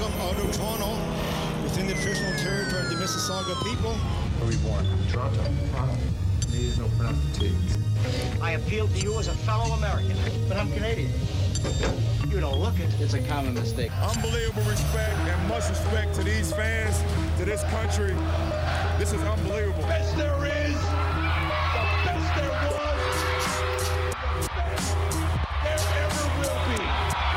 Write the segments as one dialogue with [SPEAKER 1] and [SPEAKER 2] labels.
[SPEAKER 1] O'Connell within the traditional territory of the Mississauga people.
[SPEAKER 2] Reborn. Toronto. Toronto. There is no prostitutes.
[SPEAKER 3] I appeal to you as a fellow American.
[SPEAKER 4] But I'm Canadian.
[SPEAKER 3] You don't look it.
[SPEAKER 4] It's a common mistake.
[SPEAKER 5] Unbelievable respect and much respect to these fans, to this country. This is unbelievable.
[SPEAKER 6] Best there is, the best there was, the best there ever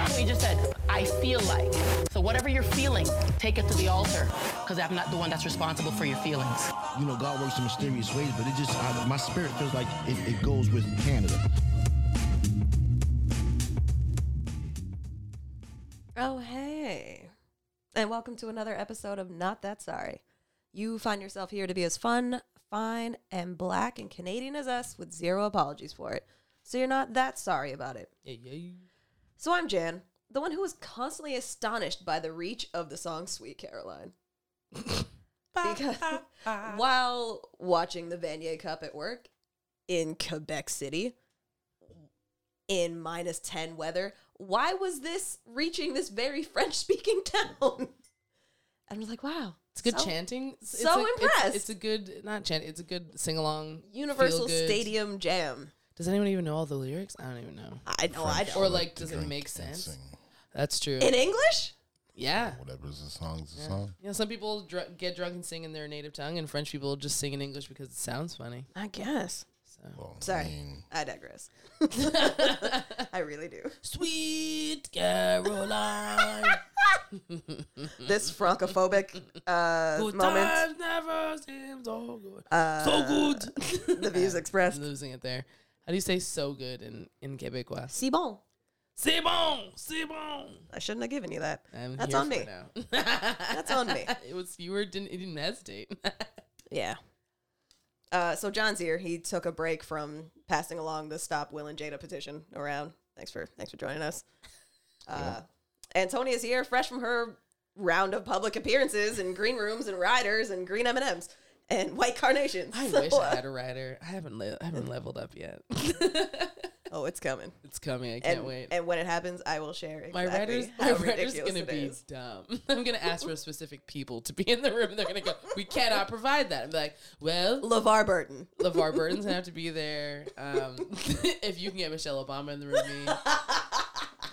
[SPEAKER 6] will
[SPEAKER 7] be. We just said, I feel like. So whatever you're feeling, take it to the altar, because I'm not the one that's responsible for your feelings.
[SPEAKER 8] You know, God works in mysterious ways, but it just, I, my spirit feels like it, it goes with Canada.
[SPEAKER 9] Oh, hey. And welcome to another episode of Not That Sorry. You find yourself here to be as fun, fine, and black and Canadian as us with zero apologies for it. So you're not that sorry about it.
[SPEAKER 10] Yeah, yeah.
[SPEAKER 9] So I'm Jan, the one who was constantly astonished by the reach of the song Sweet Caroline. because while watching the Vanier Cup at work in Quebec City in minus 10 weather, why was this reaching this very French speaking town? And I was like, wow.
[SPEAKER 10] It's good so, chanting. It's,
[SPEAKER 9] so
[SPEAKER 10] it's
[SPEAKER 9] a, impressed.
[SPEAKER 10] It's, it's, a good, not chant, it's a good sing along.
[SPEAKER 9] Universal Stadium Jam.
[SPEAKER 10] Does anyone even know all the lyrics? I don't even know.
[SPEAKER 9] I know, I don't.
[SPEAKER 10] Or like, does it make sense? That's true.
[SPEAKER 9] In English?
[SPEAKER 10] Yeah.
[SPEAKER 2] Whatever is the song is the yeah. song.
[SPEAKER 10] You know, some people dr- get drunk and sing in their native tongue, and French people just sing in English because it sounds funny.
[SPEAKER 9] I guess.
[SPEAKER 10] So. Well,
[SPEAKER 9] Sorry, I, mean, I digress. I really do.
[SPEAKER 10] Sweet Caroline.
[SPEAKER 9] this francophobic uh,
[SPEAKER 10] good
[SPEAKER 9] moment.
[SPEAKER 10] never seemed so good. Uh, so good.
[SPEAKER 9] the views expressed.
[SPEAKER 10] I'm losing it there. How do you say so good in, in Quebecois?
[SPEAKER 9] Si bon.
[SPEAKER 10] C'est bon, c'est bon.
[SPEAKER 9] I shouldn't have given you that. I'm That's on me. That's on me.
[SPEAKER 10] It was you were didn't, you didn't hesitate.
[SPEAKER 9] yeah. Uh, so John's here. He took a break from passing along the "Stop Will and Jada" petition around. Thanks for thanks for joining us. Uh, yeah. And Tony is here, fresh from her round of public appearances and green rooms and riders and green M and M's and white carnations. uh,
[SPEAKER 10] I so, wish I had a rider. I haven't li- I haven't leveled up yet.
[SPEAKER 9] Oh, it's coming.
[SPEAKER 10] It's coming. I can't
[SPEAKER 9] and,
[SPEAKER 10] wait.
[SPEAKER 9] And when it happens, I will share exactly
[SPEAKER 10] my writers. My writers gonna be is. dumb. I'm gonna ask for specific people to be in the room, and they're gonna go. We cannot provide that. I'm like, well,
[SPEAKER 9] LeVar Burton.
[SPEAKER 10] LeVar Burton's gonna have to be there. Um, if you can get Michelle Obama in the room, me,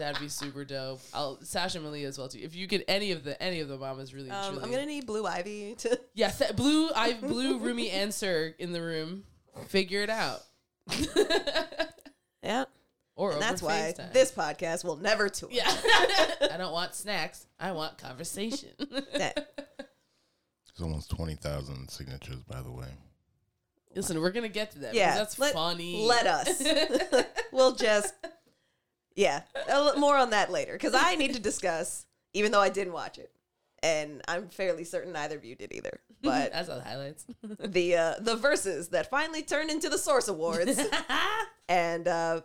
[SPEAKER 10] that'd be super dope. I'll Sasha Malia as well too. If you get any of the any of the Obamas, really,
[SPEAKER 9] um,
[SPEAKER 10] truly.
[SPEAKER 9] I'm gonna need Blue Ivy to.
[SPEAKER 10] Yeah, th- Blue I Blue Roomy and Sir in the room. Figure it out.
[SPEAKER 9] Yeah.
[SPEAKER 10] Or
[SPEAKER 9] that's why
[SPEAKER 10] FaceTime.
[SPEAKER 9] this podcast will never tour.
[SPEAKER 10] Yeah. I don't want snacks. I want conversation.
[SPEAKER 2] it's almost twenty thousand signatures, by the way.
[SPEAKER 10] Listen, we're gonna get to that. Yeah, that's
[SPEAKER 9] let,
[SPEAKER 10] funny.
[SPEAKER 9] Let us. we'll just. Yeah, more on that later because I need to discuss, even though I didn't watch it, and I'm fairly certain neither of you did either. But
[SPEAKER 10] I saw the highlights.
[SPEAKER 9] the uh, the verses that finally turned into the Source Awards and uh,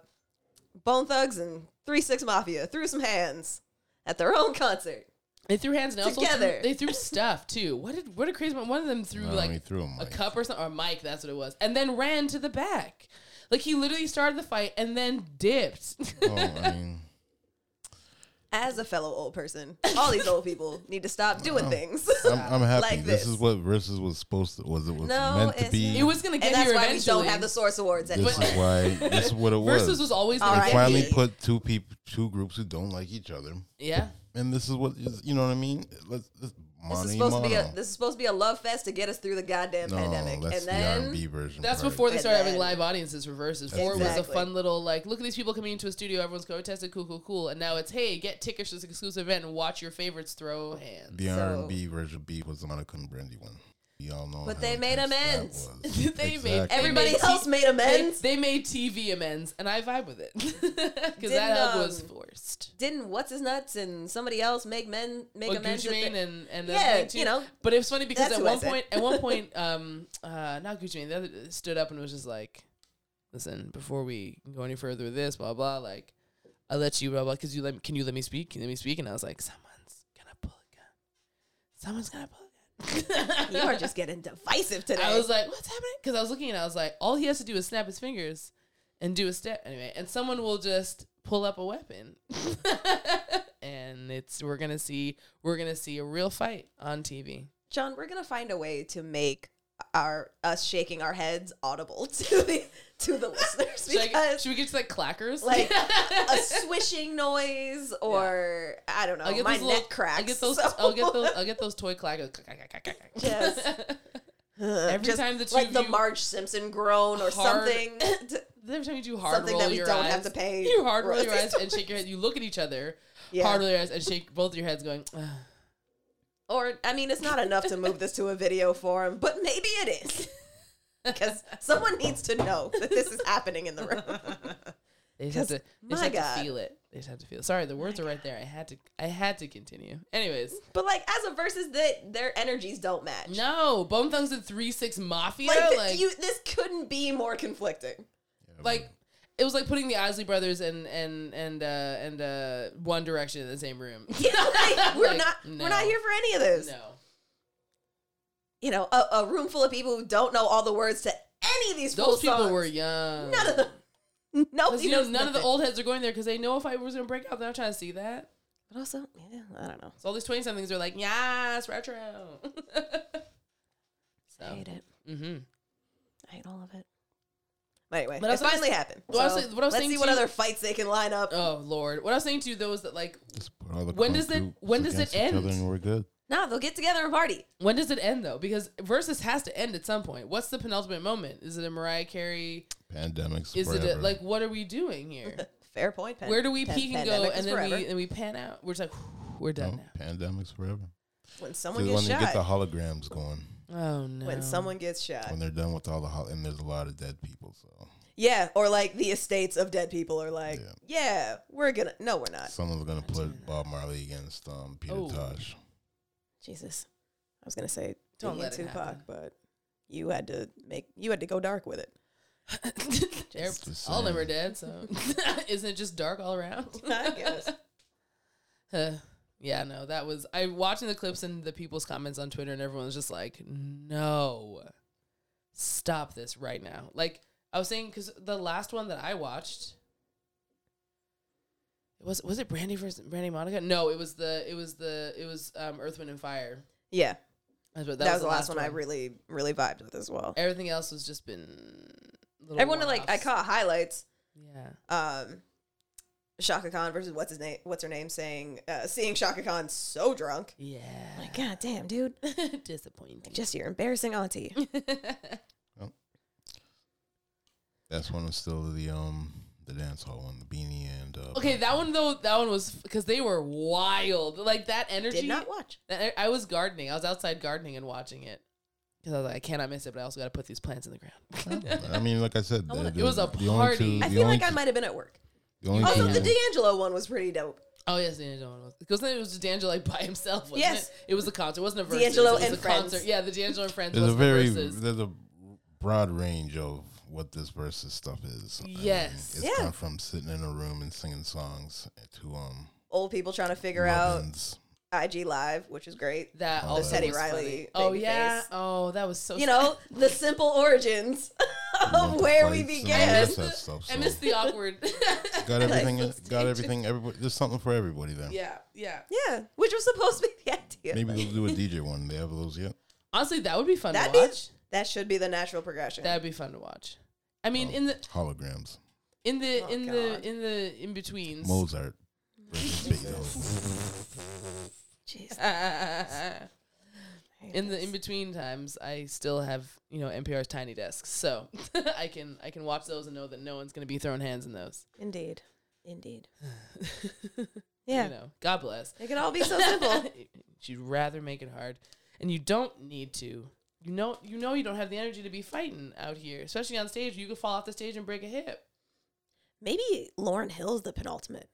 [SPEAKER 9] Bone Thugs and Three Six Mafia threw some hands at their own concert.
[SPEAKER 10] They threw hands and
[SPEAKER 9] together.
[SPEAKER 10] Threw, they threw stuff too. What did what a crazy one? One of them threw
[SPEAKER 2] no,
[SPEAKER 10] like
[SPEAKER 2] threw a,
[SPEAKER 10] a, cup or something or a mic. That's what it was, and then ran to the back. Like he literally started the fight and then dipped.
[SPEAKER 2] Oh, I mean.
[SPEAKER 9] As a fellow old person, all these old people need to stop doing
[SPEAKER 2] I'm,
[SPEAKER 9] things.
[SPEAKER 2] I'm, I'm happy.
[SPEAKER 9] like
[SPEAKER 2] this. is what versus was supposed to was it was
[SPEAKER 9] No,
[SPEAKER 2] meant to
[SPEAKER 9] it's
[SPEAKER 2] be.
[SPEAKER 9] not.
[SPEAKER 10] It was gonna get
[SPEAKER 9] and that's
[SPEAKER 10] here
[SPEAKER 9] why
[SPEAKER 10] eventually.
[SPEAKER 9] we don't have the Source Awards anymore.
[SPEAKER 2] This is why. This is what it was.
[SPEAKER 10] Versus was always
[SPEAKER 2] They
[SPEAKER 10] gonna
[SPEAKER 9] Alright.
[SPEAKER 10] get
[SPEAKER 2] finally
[SPEAKER 10] me.
[SPEAKER 2] put two people, two groups who don't like each other,
[SPEAKER 10] Yeah,
[SPEAKER 2] and this is what is, you know what I mean. Let's, let's
[SPEAKER 9] This
[SPEAKER 2] mono
[SPEAKER 9] is supposed to be a
[SPEAKER 2] mono.
[SPEAKER 9] this is supposed to be a love fest to get us through the goddamn
[SPEAKER 2] no,
[SPEAKER 9] pandemic,
[SPEAKER 2] that's
[SPEAKER 9] and
[SPEAKER 2] the
[SPEAKER 9] then
[SPEAKER 2] R&B version.
[SPEAKER 10] that's
[SPEAKER 2] part.
[SPEAKER 10] before they
[SPEAKER 9] And
[SPEAKER 10] started having
[SPEAKER 9] then-
[SPEAKER 10] live audiences for verses. Four was a
[SPEAKER 9] Exactly.
[SPEAKER 10] fun little like, look at these people coming into a studio. Everyone's protesting, cool, cool, cool. And now it's hey, get tickets to this exclusive event and watch your favorites throw hands.
[SPEAKER 2] the
[SPEAKER 9] so-
[SPEAKER 2] R&B version B was the Monica and Brandy one. We all know,
[SPEAKER 9] But
[SPEAKER 2] how
[SPEAKER 9] they made
[SPEAKER 2] intense that
[SPEAKER 9] amends.
[SPEAKER 2] was.
[SPEAKER 10] They made
[SPEAKER 2] Exactly.
[SPEAKER 10] every-
[SPEAKER 9] everybody
[SPEAKER 10] made T-
[SPEAKER 9] else made
[SPEAKER 10] They,
[SPEAKER 9] amends.
[SPEAKER 10] they made TV amends, and I vibe with it because
[SPEAKER 9] Didn't,
[SPEAKER 10] that hug was
[SPEAKER 9] um,
[SPEAKER 10] forced.
[SPEAKER 9] Didn't what's his nuts and somebody else make men make
[SPEAKER 10] Well,
[SPEAKER 9] amends?
[SPEAKER 10] Gucci
[SPEAKER 9] if they-
[SPEAKER 10] Oh, Mane and and
[SPEAKER 9] Yeah,
[SPEAKER 10] that's like,
[SPEAKER 9] you know,
[SPEAKER 10] But it was funny because
[SPEAKER 9] that's
[SPEAKER 10] at
[SPEAKER 9] who I
[SPEAKER 10] one
[SPEAKER 9] said.
[SPEAKER 10] point, at one point, um, uh, not Gucci Mane, the other stood up and was just like, "Listen, before we go any further with this, blah blah, like, I let you blah blah, cause you let me, can you let me speak? Can you let me speak?" And I was like, "Someone's gonna pull a gun. Someone's gonna pull a gun."
[SPEAKER 9] you are just getting divisive today.
[SPEAKER 10] I was like, what's happening? Because I was looking and I was like, all he has to do is snap his fingers and do a step anyway, and someone will just pull up a weapon. and it's we're gonna see we're gonna see a real fight on TV.
[SPEAKER 9] John, we're gonna find a way to make our us shaking our heads audible to the to the listeners
[SPEAKER 10] Should, I get,
[SPEAKER 9] because
[SPEAKER 10] should we get to like clackers?
[SPEAKER 9] like a swishing noise or I don't know,
[SPEAKER 10] I'll get
[SPEAKER 9] oh, my
[SPEAKER 10] those little-
[SPEAKER 9] neck cracks.
[SPEAKER 10] I'll get those.
[SPEAKER 9] so-
[SPEAKER 10] I'll get those. I'll get those toy clackers. Clack, clack, clack, clack, clack.
[SPEAKER 9] Yes.
[SPEAKER 10] every
[SPEAKER 9] Just
[SPEAKER 10] time the two
[SPEAKER 9] like
[SPEAKER 10] of
[SPEAKER 9] the
[SPEAKER 10] you-
[SPEAKER 9] Marge Simpson groan or
[SPEAKER 10] Hard-
[SPEAKER 9] something. to-
[SPEAKER 10] Every time you do hard
[SPEAKER 9] Something
[SPEAKER 10] roll
[SPEAKER 9] that we
[SPEAKER 10] your
[SPEAKER 9] don't
[SPEAKER 10] eyes,
[SPEAKER 9] have to pay
[SPEAKER 10] You hard roll your eyes
[SPEAKER 9] royalties
[SPEAKER 10] and shake your head. You look at each other,
[SPEAKER 9] Yeah.
[SPEAKER 10] hard roll your eyes and shake both your heads, going. "Ugh."
[SPEAKER 9] or I mean, it's not enough to move this to a video form, but maybe it is. Because someone needs to know that this is happening in the room.
[SPEAKER 10] They just have to. They just
[SPEAKER 9] my
[SPEAKER 10] have
[SPEAKER 9] God.
[SPEAKER 10] to feel it. They just have to feel. It. Sorry, the words are right there. I had to. I had to continue. Anyways,
[SPEAKER 9] But like, as a versus, that their energies don't match.
[SPEAKER 10] no Bone Thugs and Three Six Mafia.
[SPEAKER 9] like, th-
[SPEAKER 10] Like,
[SPEAKER 9] you, this couldn't be more conflicting.
[SPEAKER 10] like it was like putting the Isley Brothers and and and uh, and uh, One Direction in the same room.
[SPEAKER 9] You know, like, we're
[SPEAKER 10] Like,
[SPEAKER 9] not we're not
[SPEAKER 10] no.
[SPEAKER 9] here for any of this.
[SPEAKER 10] no,
[SPEAKER 9] You know, a, a room full of people who don't know all the words to any of these.
[SPEAKER 10] those
[SPEAKER 9] full
[SPEAKER 10] people
[SPEAKER 9] songs.
[SPEAKER 10] were young.
[SPEAKER 9] none of them. No,
[SPEAKER 10] Because you know, none of the old heads are going there because they know if I was gonna break out, they're not trying to see that.
[SPEAKER 9] But also, yeah, I don't know.
[SPEAKER 10] So all these twenty somethings are like, yes, retro.
[SPEAKER 9] I hate
[SPEAKER 10] so,
[SPEAKER 9] it.
[SPEAKER 10] mm-hmm.
[SPEAKER 9] I hate all of it. But anyway,
[SPEAKER 10] But I
[SPEAKER 9] it
[SPEAKER 10] was gonna
[SPEAKER 9] finally
[SPEAKER 10] say-
[SPEAKER 9] happened.
[SPEAKER 10] what I was
[SPEAKER 9] So,
[SPEAKER 10] saying- what I was
[SPEAKER 9] let's
[SPEAKER 10] saying
[SPEAKER 9] see
[SPEAKER 10] to
[SPEAKER 9] what
[SPEAKER 10] you-
[SPEAKER 9] other fights they can line up.
[SPEAKER 10] Oh Lord, what I was saying to you though is that like,
[SPEAKER 4] Just put all the
[SPEAKER 10] When
[SPEAKER 4] crunk
[SPEAKER 10] does it-
[SPEAKER 4] groups
[SPEAKER 10] when does it
[SPEAKER 4] against each other
[SPEAKER 10] end?
[SPEAKER 4] And we're good.
[SPEAKER 9] nah, they'll get together and party.
[SPEAKER 10] when does it end though? Because versus has to end at some point. What's the penultimate moment? Is it a Mariah Carey?
[SPEAKER 4] Pandemics.
[SPEAKER 10] Is it
[SPEAKER 4] forever.
[SPEAKER 10] a, like what are we doing here?
[SPEAKER 9] Fair point. Pen.
[SPEAKER 10] Where do we
[SPEAKER 9] Pan-
[SPEAKER 10] peek and go,
[SPEAKER 9] pandemic
[SPEAKER 10] and
[SPEAKER 9] is
[SPEAKER 10] then
[SPEAKER 9] forever.
[SPEAKER 10] we and we pan out? We're just like, "Whew, we're
[SPEAKER 4] No,
[SPEAKER 10] done
[SPEAKER 4] pandemics forever?
[SPEAKER 9] when
[SPEAKER 4] 'Cause
[SPEAKER 9] someone
[SPEAKER 4] when
[SPEAKER 9] gets
[SPEAKER 4] you get
[SPEAKER 9] shot,
[SPEAKER 4] the holograms going,
[SPEAKER 10] now. Oh no!
[SPEAKER 9] when someone gets shot,
[SPEAKER 4] when they're done with all the hol- and there's a lot of dead people, so
[SPEAKER 9] yeah, or like the estates of dead people are like,
[SPEAKER 4] Yeah.
[SPEAKER 9] yeah, we're gonna. No, we're not.
[SPEAKER 4] someone's gonna put Bob Marley against um, Peter
[SPEAKER 10] Oh.
[SPEAKER 4] Tosh.
[SPEAKER 9] Jesus, I was gonna say
[SPEAKER 10] Don't
[SPEAKER 9] Biggie
[SPEAKER 10] let
[SPEAKER 9] and
[SPEAKER 10] it
[SPEAKER 9] Tupac,
[SPEAKER 10] happen.
[SPEAKER 9] but you had to make you had to go dark with it.
[SPEAKER 10] They're-
[SPEAKER 4] Just
[SPEAKER 10] all of them
[SPEAKER 4] saying.
[SPEAKER 10] are dead. So isn't it just dark all around?
[SPEAKER 9] I guess.
[SPEAKER 10] Huh. yeah, no, that was I watching the clips and the people's comments on Twitter, and everyone was just like, "No, stop this right now!" Like I was saying, because the last one that I watched was was it Brandy versus Brandy Monica? No, it was the it was the it was um, Earth Wind and Fire.
[SPEAKER 9] Yeah,
[SPEAKER 10] That's what-
[SPEAKER 9] that, was the last one, I really really vibed with as well.
[SPEAKER 10] Everything else has just been. little
[SPEAKER 9] Everyone like I
[SPEAKER 10] one-offs.
[SPEAKER 9] caught highlights.
[SPEAKER 10] Yeah.
[SPEAKER 9] um Shaka Khan versus what's his name what's her name saying uh seeing Shaka Khan so drunk.
[SPEAKER 10] Yeah.
[SPEAKER 9] Like, God damn, dude.
[SPEAKER 10] Disappointing.
[SPEAKER 9] Just your embarrassing auntie.
[SPEAKER 4] That's when it's still the um the dance hall one, the beanie and uh,
[SPEAKER 10] Okay, that one though, that one was because they were wild. Like that energy.
[SPEAKER 9] Did not watch.
[SPEAKER 10] that- I was gardening. I was outside gardening and watching it because I was like, I cannot miss it. But I also got to put these plants in the ground.
[SPEAKER 4] I mean, like I said,
[SPEAKER 10] wanna-
[SPEAKER 4] the-
[SPEAKER 10] it was a
[SPEAKER 4] the only two-
[SPEAKER 10] party.
[SPEAKER 9] I
[SPEAKER 4] the
[SPEAKER 9] feel
[SPEAKER 4] only
[SPEAKER 9] like I
[SPEAKER 4] two-
[SPEAKER 9] might have been at work.
[SPEAKER 4] The only
[SPEAKER 9] Also, the
[SPEAKER 4] two-
[SPEAKER 9] D'Angelo one was pretty dope.
[SPEAKER 10] oh yes, D'Angelo one was because then it was just D'Angelo like by himself. Wasn't
[SPEAKER 9] Yes.
[SPEAKER 10] it? it was a concert. It wasn't a versus.
[SPEAKER 9] D'Angelo
[SPEAKER 10] it was
[SPEAKER 9] and
[SPEAKER 10] a
[SPEAKER 9] friends.
[SPEAKER 10] Concert. Yeah, the D'Angelo and friends.
[SPEAKER 4] There's a
[SPEAKER 10] wasn't
[SPEAKER 4] very
[SPEAKER 10] versus.
[SPEAKER 4] there's a broad range of what this versus stuff is. I mean,
[SPEAKER 10] Yes.
[SPEAKER 4] it's
[SPEAKER 9] Yeah.
[SPEAKER 4] gone from sitting in a room and singing songs to um
[SPEAKER 9] Old people trying to figure
[SPEAKER 4] muffins.
[SPEAKER 9] out IG Live, which is great.
[SPEAKER 10] that
[SPEAKER 4] the
[SPEAKER 10] also
[SPEAKER 9] Teddy
[SPEAKER 10] was
[SPEAKER 9] Riley
[SPEAKER 10] funny. Oh
[SPEAKER 9] baby
[SPEAKER 10] yeah.
[SPEAKER 9] face.
[SPEAKER 10] Oh, that was so.
[SPEAKER 9] You know, the simple origins of
[SPEAKER 4] Love
[SPEAKER 9] where we
[SPEAKER 4] fights and
[SPEAKER 10] I
[SPEAKER 9] began.
[SPEAKER 4] all
[SPEAKER 10] missed
[SPEAKER 4] that
[SPEAKER 10] the-
[SPEAKER 4] stuff,
[SPEAKER 10] I
[SPEAKER 4] so-
[SPEAKER 10] missed the awkward.
[SPEAKER 4] got everything.
[SPEAKER 10] those
[SPEAKER 4] got
[SPEAKER 10] stages.
[SPEAKER 4] everything. Everybody, there's something for everybody there.
[SPEAKER 10] yeah, yeah.
[SPEAKER 9] Yeah, which was supposed to be the idea.
[SPEAKER 4] Maybe they'll do a DJ one. They have those yet?
[SPEAKER 10] Honestly, that would be fun
[SPEAKER 9] That'd
[SPEAKER 10] to
[SPEAKER 9] be,
[SPEAKER 10] watch.
[SPEAKER 9] that should be the natural progression.
[SPEAKER 10] That'd be fun to watch. I mean, in the
[SPEAKER 4] Holograms.
[SPEAKER 10] in the
[SPEAKER 9] Oh,
[SPEAKER 10] in
[SPEAKER 9] God.
[SPEAKER 10] the in the in betweens.
[SPEAKER 4] Mozart. versus Beethoven.
[SPEAKER 9] Jeez.
[SPEAKER 10] in the in between times, I still have you know NPR's tiny desk, so I can I can watch those and know that no one's gonna be throwing hands in those.
[SPEAKER 9] Indeed. Indeed. yeah.
[SPEAKER 10] You know, God bless.
[SPEAKER 9] It could all be so simple.
[SPEAKER 10] You'd rather make it hard, and you don't need to. You know, you know, you don't have the energy to be fighting out here, especially on stage. You could fall off the stage and break a hip.
[SPEAKER 9] Maybe Lauren Hill's the penultimate.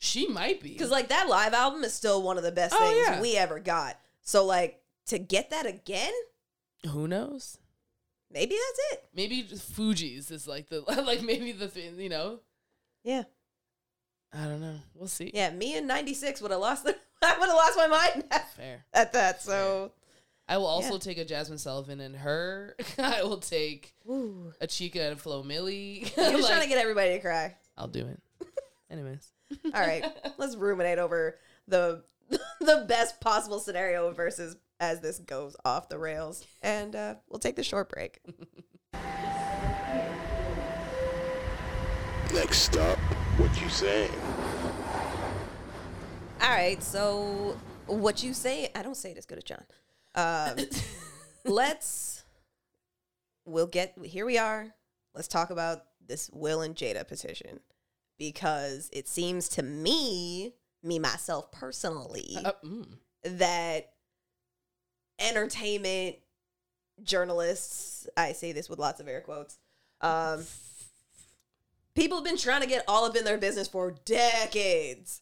[SPEAKER 10] She might be
[SPEAKER 9] Because, like, that live album is still one of the best
[SPEAKER 10] Oh,
[SPEAKER 9] things
[SPEAKER 10] yeah.
[SPEAKER 9] we ever got. So, like, to get that again,
[SPEAKER 10] who knows.
[SPEAKER 9] maybe that's it.
[SPEAKER 10] Maybe just Fuji's is like the like maybe the thing you know.
[SPEAKER 9] Yeah.
[SPEAKER 10] I don't know. We'll see.
[SPEAKER 9] Yeah. Me and 96 would have lost the. I would have lost my mind at,
[SPEAKER 10] Fair.
[SPEAKER 9] at that. So,
[SPEAKER 10] I will also
[SPEAKER 9] Yeah.
[SPEAKER 10] take a Jasmine Sullivan and her. I will take a Chica and Flo Millie.
[SPEAKER 9] you're just
[SPEAKER 10] Like,
[SPEAKER 9] trying to get everybody to cry.
[SPEAKER 10] I'll do it. Anyways,
[SPEAKER 9] All right, let's ruminate over the the best possible scenario versus as this goes off the rails, and uh, we'll take the short break.
[SPEAKER 11] Next stop, what you saying?
[SPEAKER 9] All right, so what you say? I don't say it as good as John. Um, let's. We'll get here. We are. Let's talk about this Will and Jada petition because it seems to me, me myself personally,
[SPEAKER 10] Uh, mm.
[SPEAKER 9] that entertainment journalists, I say this with lots of air quotes, um, people have been trying to get all up in their business for decades.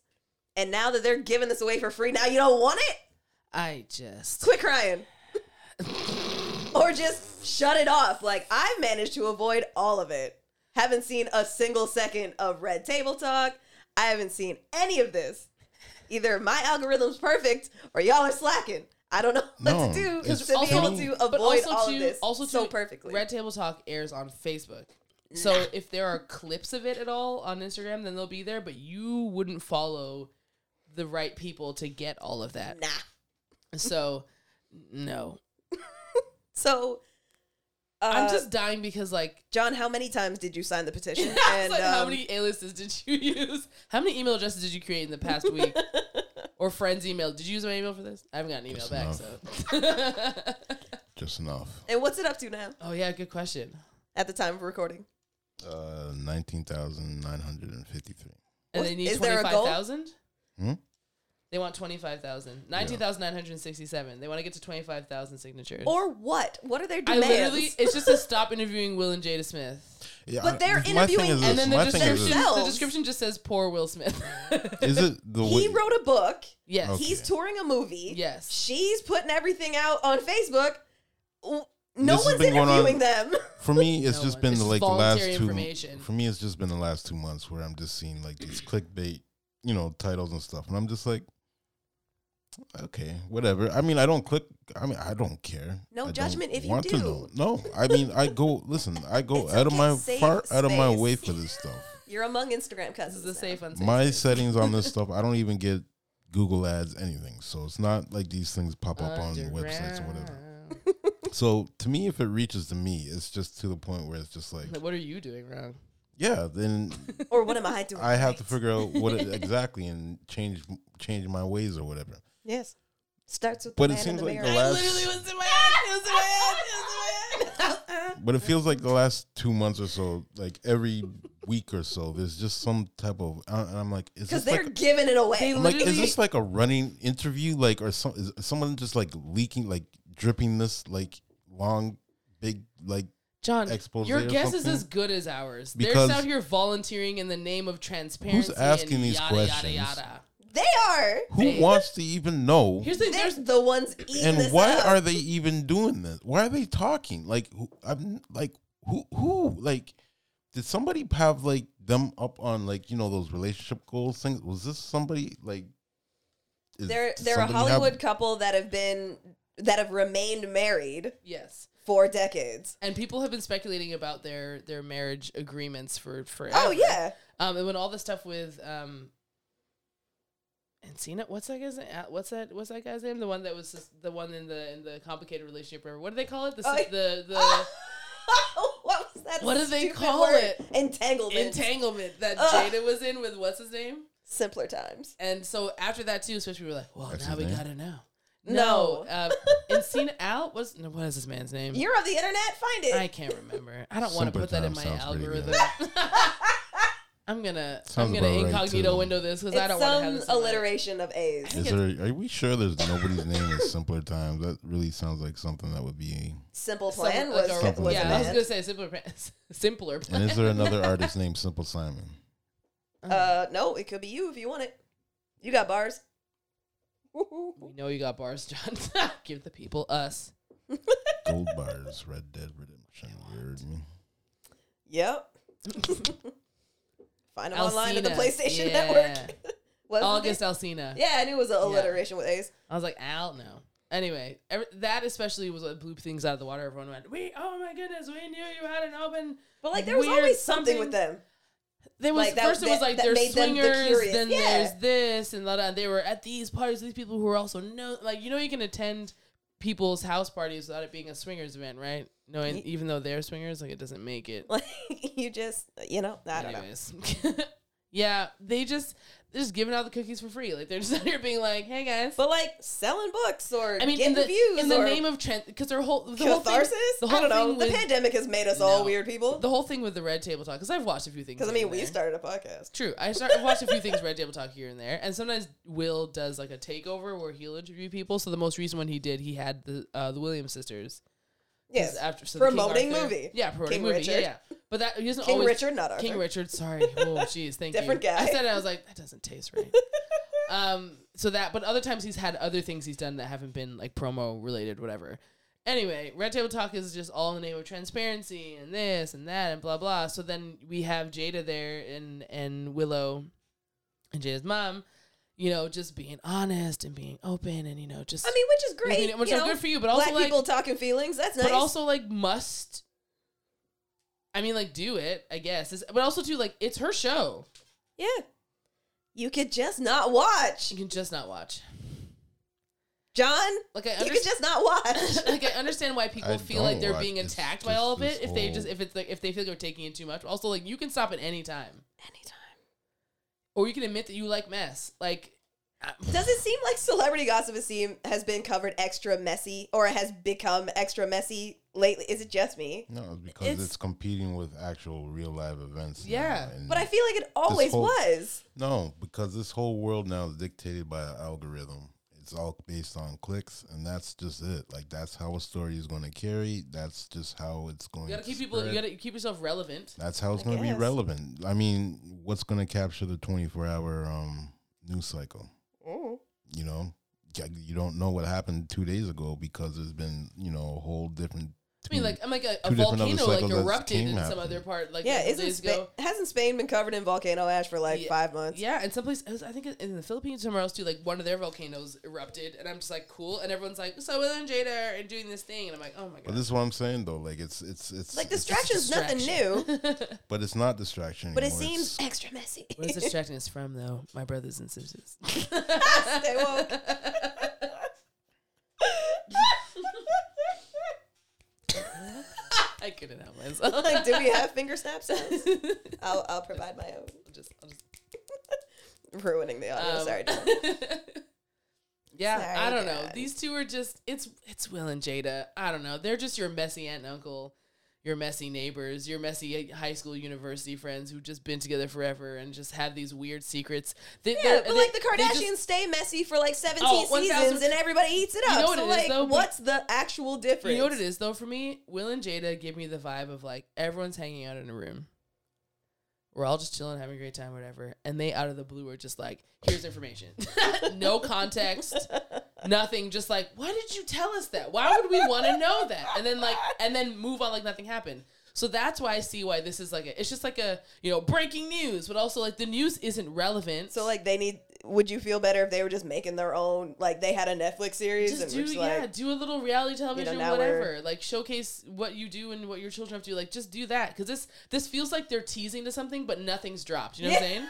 [SPEAKER 9] And now that they're giving this away for free, now you don't want it?
[SPEAKER 10] I just
[SPEAKER 9] Quit crying. or just shut it off. Like, I've managed to avoid all of it. Haven't seen a single second of Red Table Talk. I haven't seen any of this. Either my algorithm's perfect or y'all are slacking. I don't know what
[SPEAKER 4] No,
[SPEAKER 9] to do
[SPEAKER 4] it's
[SPEAKER 9] to be able to
[SPEAKER 10] but
[SPEAKER 9] avoid
[SPEAKER 10] also
[SPEAKER 9] all
[SPEAKER 10] too-
[SPEAKER 9] of this
[SPEAKER 10] Also,
[SPEAKER 9] so
[SPEAKER 10] too,
[SPEAKER 9] perfectly.
[SPEAKER 10] Red Table Talk airs on Facebook, so if there are clips of it at all on Instagram, then they'll be there. But you wouldn't follow the right people to get all of that.
[SPEAKER 9] nah.
[SPEAKER 10] So no,
[SPEAKER 9] So uh,
[SPEAKER 10] I'm just dying because like.
[SPEAKER 9] John, how many times did you sign the
[SPEAKER 10] I
[SPEAKER 9] petition?
[SPEAKER 10] was
[SPEAKER 9] and
[SPEAKER 10] like, how
[SPEAKER 9] um,
[SPEAKER 10] many aliases did you use? How many email addresses did you create in the past week? or friends' email? Did you use my email for this? I haven't gotten an email
[SPEAKER 4] Just
[SPEAKER 10] back. So.
[SPEAKER 4] Just enough.
[SPEAKER 9] and what's it up to now
[SPEAKER 10] oh yeah, good question.
[SPEAKER 9] at the time of recording?
[SPEAKER 4] Uh, nineteen thousand nine hundred and fifty-three.
[SPEAKER 10] And
[SPEAKER 9] What-
[SPEAKER 10] they need
[SPEAKER 9] is
[SPEAKER 10] twenty
[SPEAKER 9] there a
[SPEAKER 10] five
[SPEAKER 9] goal?
[SPEAKER 10] thousand.
[SPEAKER 4] Hmm?
[SPEAKER 10] They want 25,000. 19,967. They want to get to 25,000 signatures.
[SPEAKER 9] Or what? What are their
[SPEAKER 10] I
[SPEAKER 9] demands?
[SPEAKER 10] literally, it's just to stop interviewing Will and Jada Smith.
[SPEAKER 4] Yeah,
[SPEAKER 9] But
[SPEAKER 4] I-
[SPEAKER 9] they're
[SPEAKER 4] my thing is
[SPEAKER 9] interviewing-
[SPEAKER 10] And
[SPEAKER 4] this,
[SPEAKER 10] then the
[SPEAKER 4] my thing is
[SPEAKER 10] description,
[SPEAKER 4] this.
[SPEAKER 10] the
[SPEAKER 9] themselves.
[SPEAKER 10] description just says poor Will Smith.
[SPEAKER 4] Is it the
[SPEAKER 9] he
[SPEAKER 4] way-
[SPEAKER 9] wrote a book.
[SPEAKER 10] yes.
[SPEAKER 4] Okay.
[SPEAKER 9] He's touring a movie.
[SPEAKER 10] Yes.
[SPEAKER 9] She's putting everything out on Facebook. W-
[SPEAKER 4] This
[SPEAKER 9] No
[SPEAKER 4] has
[SPEAKER 9] one's
[SPEAKER 4] been going on-
[SPEAKER 9] interviewing them.
[SPEAKER 4] For me, it's
[SPEAKER 10] No
[SPEAKER 4] just
[SPEAKER 10] one.
[SPEAKER 4] been
[SPEAKER 10] It's
[SPEAKER 4] the,
[SPEAKER 10] just
[SPEAKER 4] like the last
[SPEAKER 10] voluntary
[SPEAKER 4] two.
[SPEAKER 10] information.
[SPEAKER 4] For me, it's just been the last two months where I'm just seeing like these clickbait, you know, titles and stuff, and I'm just like, okay, whatever. I mean, I don't click. I mean, I don't care. I
[SPEAKER 9] No
[SPEAKER 4] don't
[SPEAKER 9] judgment if you
[SPEAKER 4] want to
[SPEAKER 9] do.
[SPEAKER 4] know. No, I mean, I go listen. I go
[SPEAKER 9] It's
[SPEAKER 4] out of
[SPEAKER 9] okay,
[SPEAKER 4] my
[SPEAKER 9] safe
[SPEAKER 4] far out of my
[SPEAKER 9] space.
[SPEAKER 4] way for this stuff.
[SPEAKER 9] You're among Instagram
[SPEAKER 10] This is
[SPEAKER 9] cousins.
[SPEAKER 10] a
[SPEAKER 9] now.
[SPEAKER 10] safe unsafe.
[SPEAKER 4] my
[SPEAKER 10] space.
[SPEAKER 4] settings on this stuff, I don't even get Google ads, anything. So it's not like these things pop up on websites or whatever.
[SPEAKER 10] Underground.
[SPEAKER 4] So to me, if it reaches to me, it's just to the point where it's just like,
[SPEAKER 10] Like, what are you doing wrong?
[SPEAKER 4] yeah, then
[SPEAKER 9] Or what am I doing?
[SPEAKER 4] I have to
[SPEAKER 9] right?
[SPEAKER 4] figure out what it, exactly and change change my ways or whatever.
[SPEAKER 9] Yes. Starts with
[SPEAKER 4] But
[SPEAKER 9] the
[SPEAKER 4] it
[SPEAKER 9] man
[SPEAKER 4] seems
[SPEAKER 9] in the
[SPEAKER 4] like the
[SPEAKER 9] mirror.
[SPEAKER 4] last,
[SPEAKER 10] was in my head. It was in my head. It was in my head.
[SPEAKER 4] but it feels like the last two months or so, like every week or so, there's just some type of, I- and I'm like, is
[SPEAKER 9] Because
[SPEAKER 4] this
[SPEAKER 9] they're
[SPEAKER 4] like
[SPEAKER 9] giving it away.
[SPEAKER 10] They
[SPEAKER 4] I'm like, is
[SPEAKER 10] Literally-
[SPEAKER 4] this like a running interview? Like, or some is someone just like leaking, like dripping this like long, big, like
[SPEAKER 10] John,
[SPEAKER 4] expose
[SPEAKER 10] your
[SPEAKER 4] or
[SPEAKER 10] guess is
[SPEAKER 4] something?
[SPEAKER 10] as good as ours.
[SPEAKER 4] Because-
[SPEAKER 10] They're out here volunteering in the name of transparency.
[SPEAKER 4] asking
[SPEAKER 10] and
[SPEAKER 4] these
[SPEAKER 10] yada,
[SPEAKER 4] questions?
[SPEAKER 10] Yada, yada.
[SPEAKER 9] They are.
[SPEAKER 4] who
[SPEAKER 10] Hey.
[SPEAKER 4] wants to even know?
[SPEAKER 10] Here's the thing.
[SPEAKER 9] They're
[SPEAKER 10] There's,
[SPEAKER 9] the ones eating
[SPEAKER 4] And
[SPEAKER 9] this
[SPEAKER 4] why
[SPEAKER 9] up.
[SPEAKER 4] are they even doing this? Why are they talking? Like, who, I'm like, who, who, like, did somebody have like them up on like you know those relationship goals things? Was this somebody like? is-
[SPEAKER 9] They're
[SPEAKER 4] does
[SPEAKER 9] they're a
[SPEAKER 4] somebody have-
[SPEAKER 9] Hollywood couple that have been that have remained married
[SPEAKER 10] yes.
[SPEAKER 9] for decades.
[SPEAKER 10] And people have been speculating about their their marriage agreements for forever.
[SPEAKER 9] Oh yeah.
[SPEAKER 10] Um, and when all the stuff with um, Encina, what's that guy's name? Uh, What's that? What's that guy's name? The one that was just the one in the in the complicated relationship. Or what do they call it? The
[SPEAKER 9] Oh,
[SPEAKER 10] si- the the.
[SPEAKER 9] what was that?
[SPEAKER 10] What do they
[SPEAKER 9] stupid
[SPEAKER 10] call
[SPEAKER 9] word?
[SPEAKER 10] it?
[SPEAKER 9] Entanglement. Oh.
[SPEAKER 10] Entanglement that
[SPEAKER 9] Ugh.
[SPEAKER 10] Jada was in with what's his name?
[SPEAKER 9] Simpler times.
[SPEAKER 10] And so after that too, especially we were like, well,
[SPEAKER 4] That's
[SPEAKER 10] now
[SPEAKER 4] his
[SPEAKER 10] we
[SPEAKER 4] name?
[SPEAKER 10] gotta know.
[SPEAKER 9] No.
[SPEAKER 10] No, uh, Encina Al was no, what is this man's name?
[SPEAKER 9] You're on the internet. Find it.
[SPEAKER 10] I can't remember. I don't want to
[SPEAKER 4] Simple
[SPEAKER 10] put that in
[SPEAKER 4] Times
[SPEAKER 10] my
[SPEAKER 4] sounds pretty good.
[SPEAKER 10] algorithm. I'm gonna
[SPEAKER 4] Sounds
[SPEAKER 10] I'm gonna
[SPEAKER 4] about right,
[SPEAKER 10] incognito
[SPEAKER 4] too.
[SPEAKER 10] window this because
[SPEAKER 9] it's
[SPEAKER 10] I don't want to have
[SPEAKER 9] some
[SPEAKER 10] this. in my-
[SPEAKER 9] alliteration of A's.
[SPEAKER 4] Is there? Are we sure there's nobody's name in simpler times? That really sounds like something that would be.
[SPEAKER 9] Simple
[SPEAKER 10] some-
[SPEAKER 9] plan
[SPEAKER 10] like
[SPEAKER 9] was,
[SPEAKER 10] a-
[SPEAKER 4] Something
[SPEAKER 9] was
[SPEAKER 10] yeah,
[SPEAKER 9] a
[SPEAKER 10] I was
[SPEAKER 9] man.
[SPEAKER 10] gonna say simpler, plan- simpler.
[SPEAKER 4] And
[SPEAKER 10] plan.
[SPEAKER 4] is there another artist named Simple Simon?
[SPEAKER 10] uh-huh.
[SPEAKER 9] Uh, no, it could be you if you want it. You got bars.
[SPEAKER 10] we know you got bars, John. Give the people us.
[SPEAKER 4] Gold bars, Red Dead Redemption. You heard me.
[SPEAKER 9] Yep. Find them online at the
[SPEAKER 10] Alcina,
[SPEAKER 9] PlayStation
[SPEAKER 10] yeah.
[SPEAKER 9] Network. Wasn't
[SPEAKER 10] August
[SPEAKER 9] it?
[SPEAKER 10] Alcina.
[SPEAKER 9] Yeah, I knew it was an alliteration with A's.
[SPEAKER 10] I was like, Al, no. Anyway, every, that especially was what blew things out of the water. Everyone went, we, oh my goodness, we knew you had an open.
[SPEAKER 9] But like, there was
[SPEAKER 10] weird
[SPEAKER 9] always something with them.
[SPEAKER 10] There was
[SPEAKER 9] Like, that-
[SPEAKER 10] first it was
[SPEAKER 9] that-
[SPEAKER 10] like
[SPEAKER 9] that
[SPEAKER 10] there's
[SPEAKER 9] made them the
[SPEAKER 10] swingers,
[SPEAKER 9] curious.
[SPEAKER 10] then
[SPEAKER 9] Yeah.
[SPEAKER 10] there's this and that. They were at these parties. These people who are also no like you know you can attend people's house parties without it being a swingers event, right? Knowing
[SPEAKER 9] Ye-
[SPEAKER 10] even though they're swingers, like it doesn't make it.
[SPEAKER 9] Like you just, you know, I don't
[SPEAKER 10] Anyways, yeah, they just they're just giving out the cookies for free. Like they're just out here being like, hey guys,
[SPEAKER 9] but like selling books or
[SPEAKER 10] I mean,
[SPEAKER 9] getting
[SPEAKER 10] in the
[SPEAKER 9] reviews
[SPEAKER 10] in the
[SPEAKER 9] or
[SPEAKER 10] name of because their whole the
[SPEAKER 9] catharsis.
[SPEAKER 10] whole thing, the whole
[SPEAKER 9] I don't know.
[SPEAKER 10] thing
[SPEAKER 9] the
[SPEAKER 10] with-
[SPEAKER 9] pandemic has made us all
[SPEAKER 10] No.
[SPEAKER 9] weird people.
[SPEAKER 10] the whole thing with the red table talk because I've watched a few things.
[SPEAKER 9] Because I
[SPEAKER 10] here
[SPEAKER 9] mean,
[SPEAKER 10] and
[SPEAKER 9] we
[SPEAKER 10] there.
[SPEAKER 9] started a podcast.
[SPEAKER 10] True. I start, I've watched a few things Red Table Talk here and there, and sometimes Will does like a takeover where he'll interview people. So the most recent one he did, he had the uh, the Williams sisters. 'Cause
[SPEAKER 9] Yes,
[SPEAKER 10] the King
[SPEAKER 9] promoting
[SPEAKER 10] Arthur-
[SPEAKER 9] movie.
[SPEAKER 10] Yeah, promoting
[SPEAKER 9] King
[SPEAKER 10] movie. Yeah,
[SPEAKER 9] Richard.
[SPEAKER 10] yeah. But that he doesn't
[SPEAKER 9] King
[SPEAKER 10] always
[SPEAKER 9] Richard, not
[SPEAKER 10] King
[SPEAKER 9] Arthur.
[SPEAKER 10] Richard. Sorry. Oh, jeez. Thank
[SPEAKER 9] Different
[SPEAKER 10] you.
[SPEAKER 9] guy.
[SPEAKER 10] I said it. I was like, that doesn't taste right. um. So that, but other times he's had other things he's done that haven't been like promo related, whatever. Anyway, Red Table Talk is just all in the name of transparency and this and that and blah blah. So then we have Jada there and and Willow and Jada's mom, you know, just being honest and being open and you know just
[SPEAKER 9] I mean, which is great.
[SPEAKER 10] mean, which
[SPEAKER 9] you
[SPEAKER 10] is
[SPEAKER 9] know,
[SPEAKER 10] good for you, but also,
[SPEAKER 9] black
[SPEAKER 10] like-
[SPEAKER 9] people talking feelings. That's nice.
[SPEAKER 10] but also like must I mean like do it, I guess. It's, but also too like it's her show.
[SPEAKER 9] yeah, you could just not watch,
[SPEAKER 10] You can just not watch.
[SPEAKER 9] John.
[SPEAKER 10] Like I
[SPEAKER 9] you could
[SPEAKER 10] understand
[SPEAKER 9] just not watch.
[SPEAKER 10] like I understand why people
[SPEAKER 4] I
[SPEAKER 10] feel like
[SPEAKER 4] don't
[SPEAKER 10] they're
[SPEAKER 4] watch
[SPEAKER 10] being
[SPEAKER 4] this-
[SPEAKER 10] attacked
[SPEAKER 4] this-
[SPEAKER 10] by all of
[SPEAKER 4] this
[SPEAKER 10] it if they
[SPEAKER 4] whole-
[SPEAKER 10] just if it's like if they feel like they're taking in too much. Also like you can stop at any time.
[SPEAKER 9] Anytime.
[SPEAKER 10] Or you can admit that you like mess. Like
[SPEAKER 9] Does it seem like celebrity gossip has seem has been covered extra messy, or has become extra messy lately? Is it just me?
[SPEAKER 4] No, it's because it's,
[SPEAKER 9] It's-
[SPEAKER 4] competing with actual real live events. now,
[SPEAKER 10] Yeah.
[SPEAKER 4] and
[SPEAKER 9] But I feel like it always
[SPEAKER 4] whole-
[SPEAKER 9] was.
[SPEAKER 4] no, because this whole world now is dictated by an algorithm. It's all based on clicks, and that's just it. Like that's how a story is going to carry. That's just how it's going.
[SPEAKER 10] you gotta
[SPEAKER 4] to
[SPEAKER 10] keep people you
[SPEAKER 4] spread.
[SPEAKER 10] gotta keep yourself relevant.
[SPEAKER 4] That's how it's
[SPEAKER 9] I
[SPEAKER 4] going to be
[SPEAKER 9] guess.
[SPEAKER 4] relevant. I mean, what's going to capture the 24 hour um, news cycle?
[SPEAKER 9] Oh.
[SPEAKER 4] You know, Yeah, you don't know what happened two days ago because there's been, you know, a whole different.
[SPEAKER 10] I mean, like I'm like a, a
[SPEAKER 4] Mm. Two different other
[SPEAKER 10] volcano like
[SPEAKER 4] cycles that
[SPEAKER 10] erupted
[SPEAKER 4] came
[SPEAKER 10] in some
[SPEAKER 4] happening.
[SPEAKER 10] other part like
[SPEAKER 9] Yeah,
[SPEAKER 10] a couple
[SPEAKER 9] isn't
[SPEAKER 10] days
[SPEAKER 9] Spa-
[SPEAKER 10] ago.
[SPEAKER 9] hasn't Spain been covered in volcano ash for like
[SPEAKER 10] Yeah.
[SPEAKER 9] five months?
[SPEAKER 10] Yeah, and someplace it was, I think in the Philippines somewhere else too. Like one of their volcanoes erupted, and I'm just like, cool. And everyone's like, so Will and Jada are doing this thing, and I'm like, oh my
[SPEAKER 4] But
[SPEAKER 10] god.
[SPEAKER 4] this is what I'm saying though. Like it's it's it's
[SPEAKER 9] Like
[SPEAKER 4] it's-
[SPEAKER 9] distraction's nothing
[SPEAKER 10] distraction.
[SPEAKER 9] new,
[SPEAKER 4] but it's not distraction.
[SPEAKER 9] but it
[SPEAKER 4] anymore. It's-
[SPEAKER 9] seems extra messy.
[SPEAKER 10] Where's the distractness from though? My brothers and sisters.
[SPEAKER 9] Stay woke.
[SPEAKER 10] I couldn't help myself.
[SPEAKER 9] like, do we have finger snap sounds? I'll, I'll provide my own.
[SPEAKER 10] Just- I'm just-
[SPEAKER 9] Ruining the audio.
[SPEAKER 10] Um,
[SPEAKER 9] Sorry, John.
[SPEAKER 10] yeah,
[SPEAKER 9] Sorry,
[SPEAKER 10] I don't know.
[SPEAKER 9] guys.
[SPEAKER 10] These two are just it's it's Will and Jada. I don't know. They're just your messy aunt and uncle, your messy neighbors, your messy uh, high school university friends who've just been together forever and just have these weird secrets. They,
[SPEAKER 9] Yeah,
[SPEAKER 10] they're-
[SPEAKER 9] but
[SPEAKER 10] they-
[SPEAKER 9] like the
[SPEAKER 10] they just-
[SPEAKER 9] Kardashians stay messy for like 17
[SPEAKER 10] Oh, 1000
[SPEAKER 9] seasons and everybody eats it
[SPEAKER 10] You
[SPEAKER 9] up.
[SPEAKER 10] know what
[SPEAKER 9] so
[SPEAKER 10] it is,
[SPEAKER 9] like
[SPEAKER 10] though?
[SPEAKER 9] what's the actual difference?
[SPEAKER 10] You know what it is though for me? Will and Jada give me the vibe of like everyone's hanging out in a room. We're all just chilling, having a great time, whatever. And they out of the blue are just like, here's information. no context. Nothing. Just like, why did you tell us that? Why would we want to know that? And then like and then move on like nothing happened. So that's why I see why this is like a it's just like a, you know, breaking news, but also like the news isn't relevant.
[SPEAKER 9] So like they need would you feel better if they were just making their own like they had a Netflix series and
[SPEAKER 10] just
[SPEAKER 9] were
[SPEAKER 10] do
[SPEAKER 9] just
[SPEAKER 10] yeah
[SPEAKER 9] like
[SPEAKER 10] do a little reality television
[SPEAKER 9] now we're-
[SPEAKER 10] whatever like showcase what you do and what your children have to do like just do that because this this feels like they're teasing to something but nothing's dropped you know what i'm saying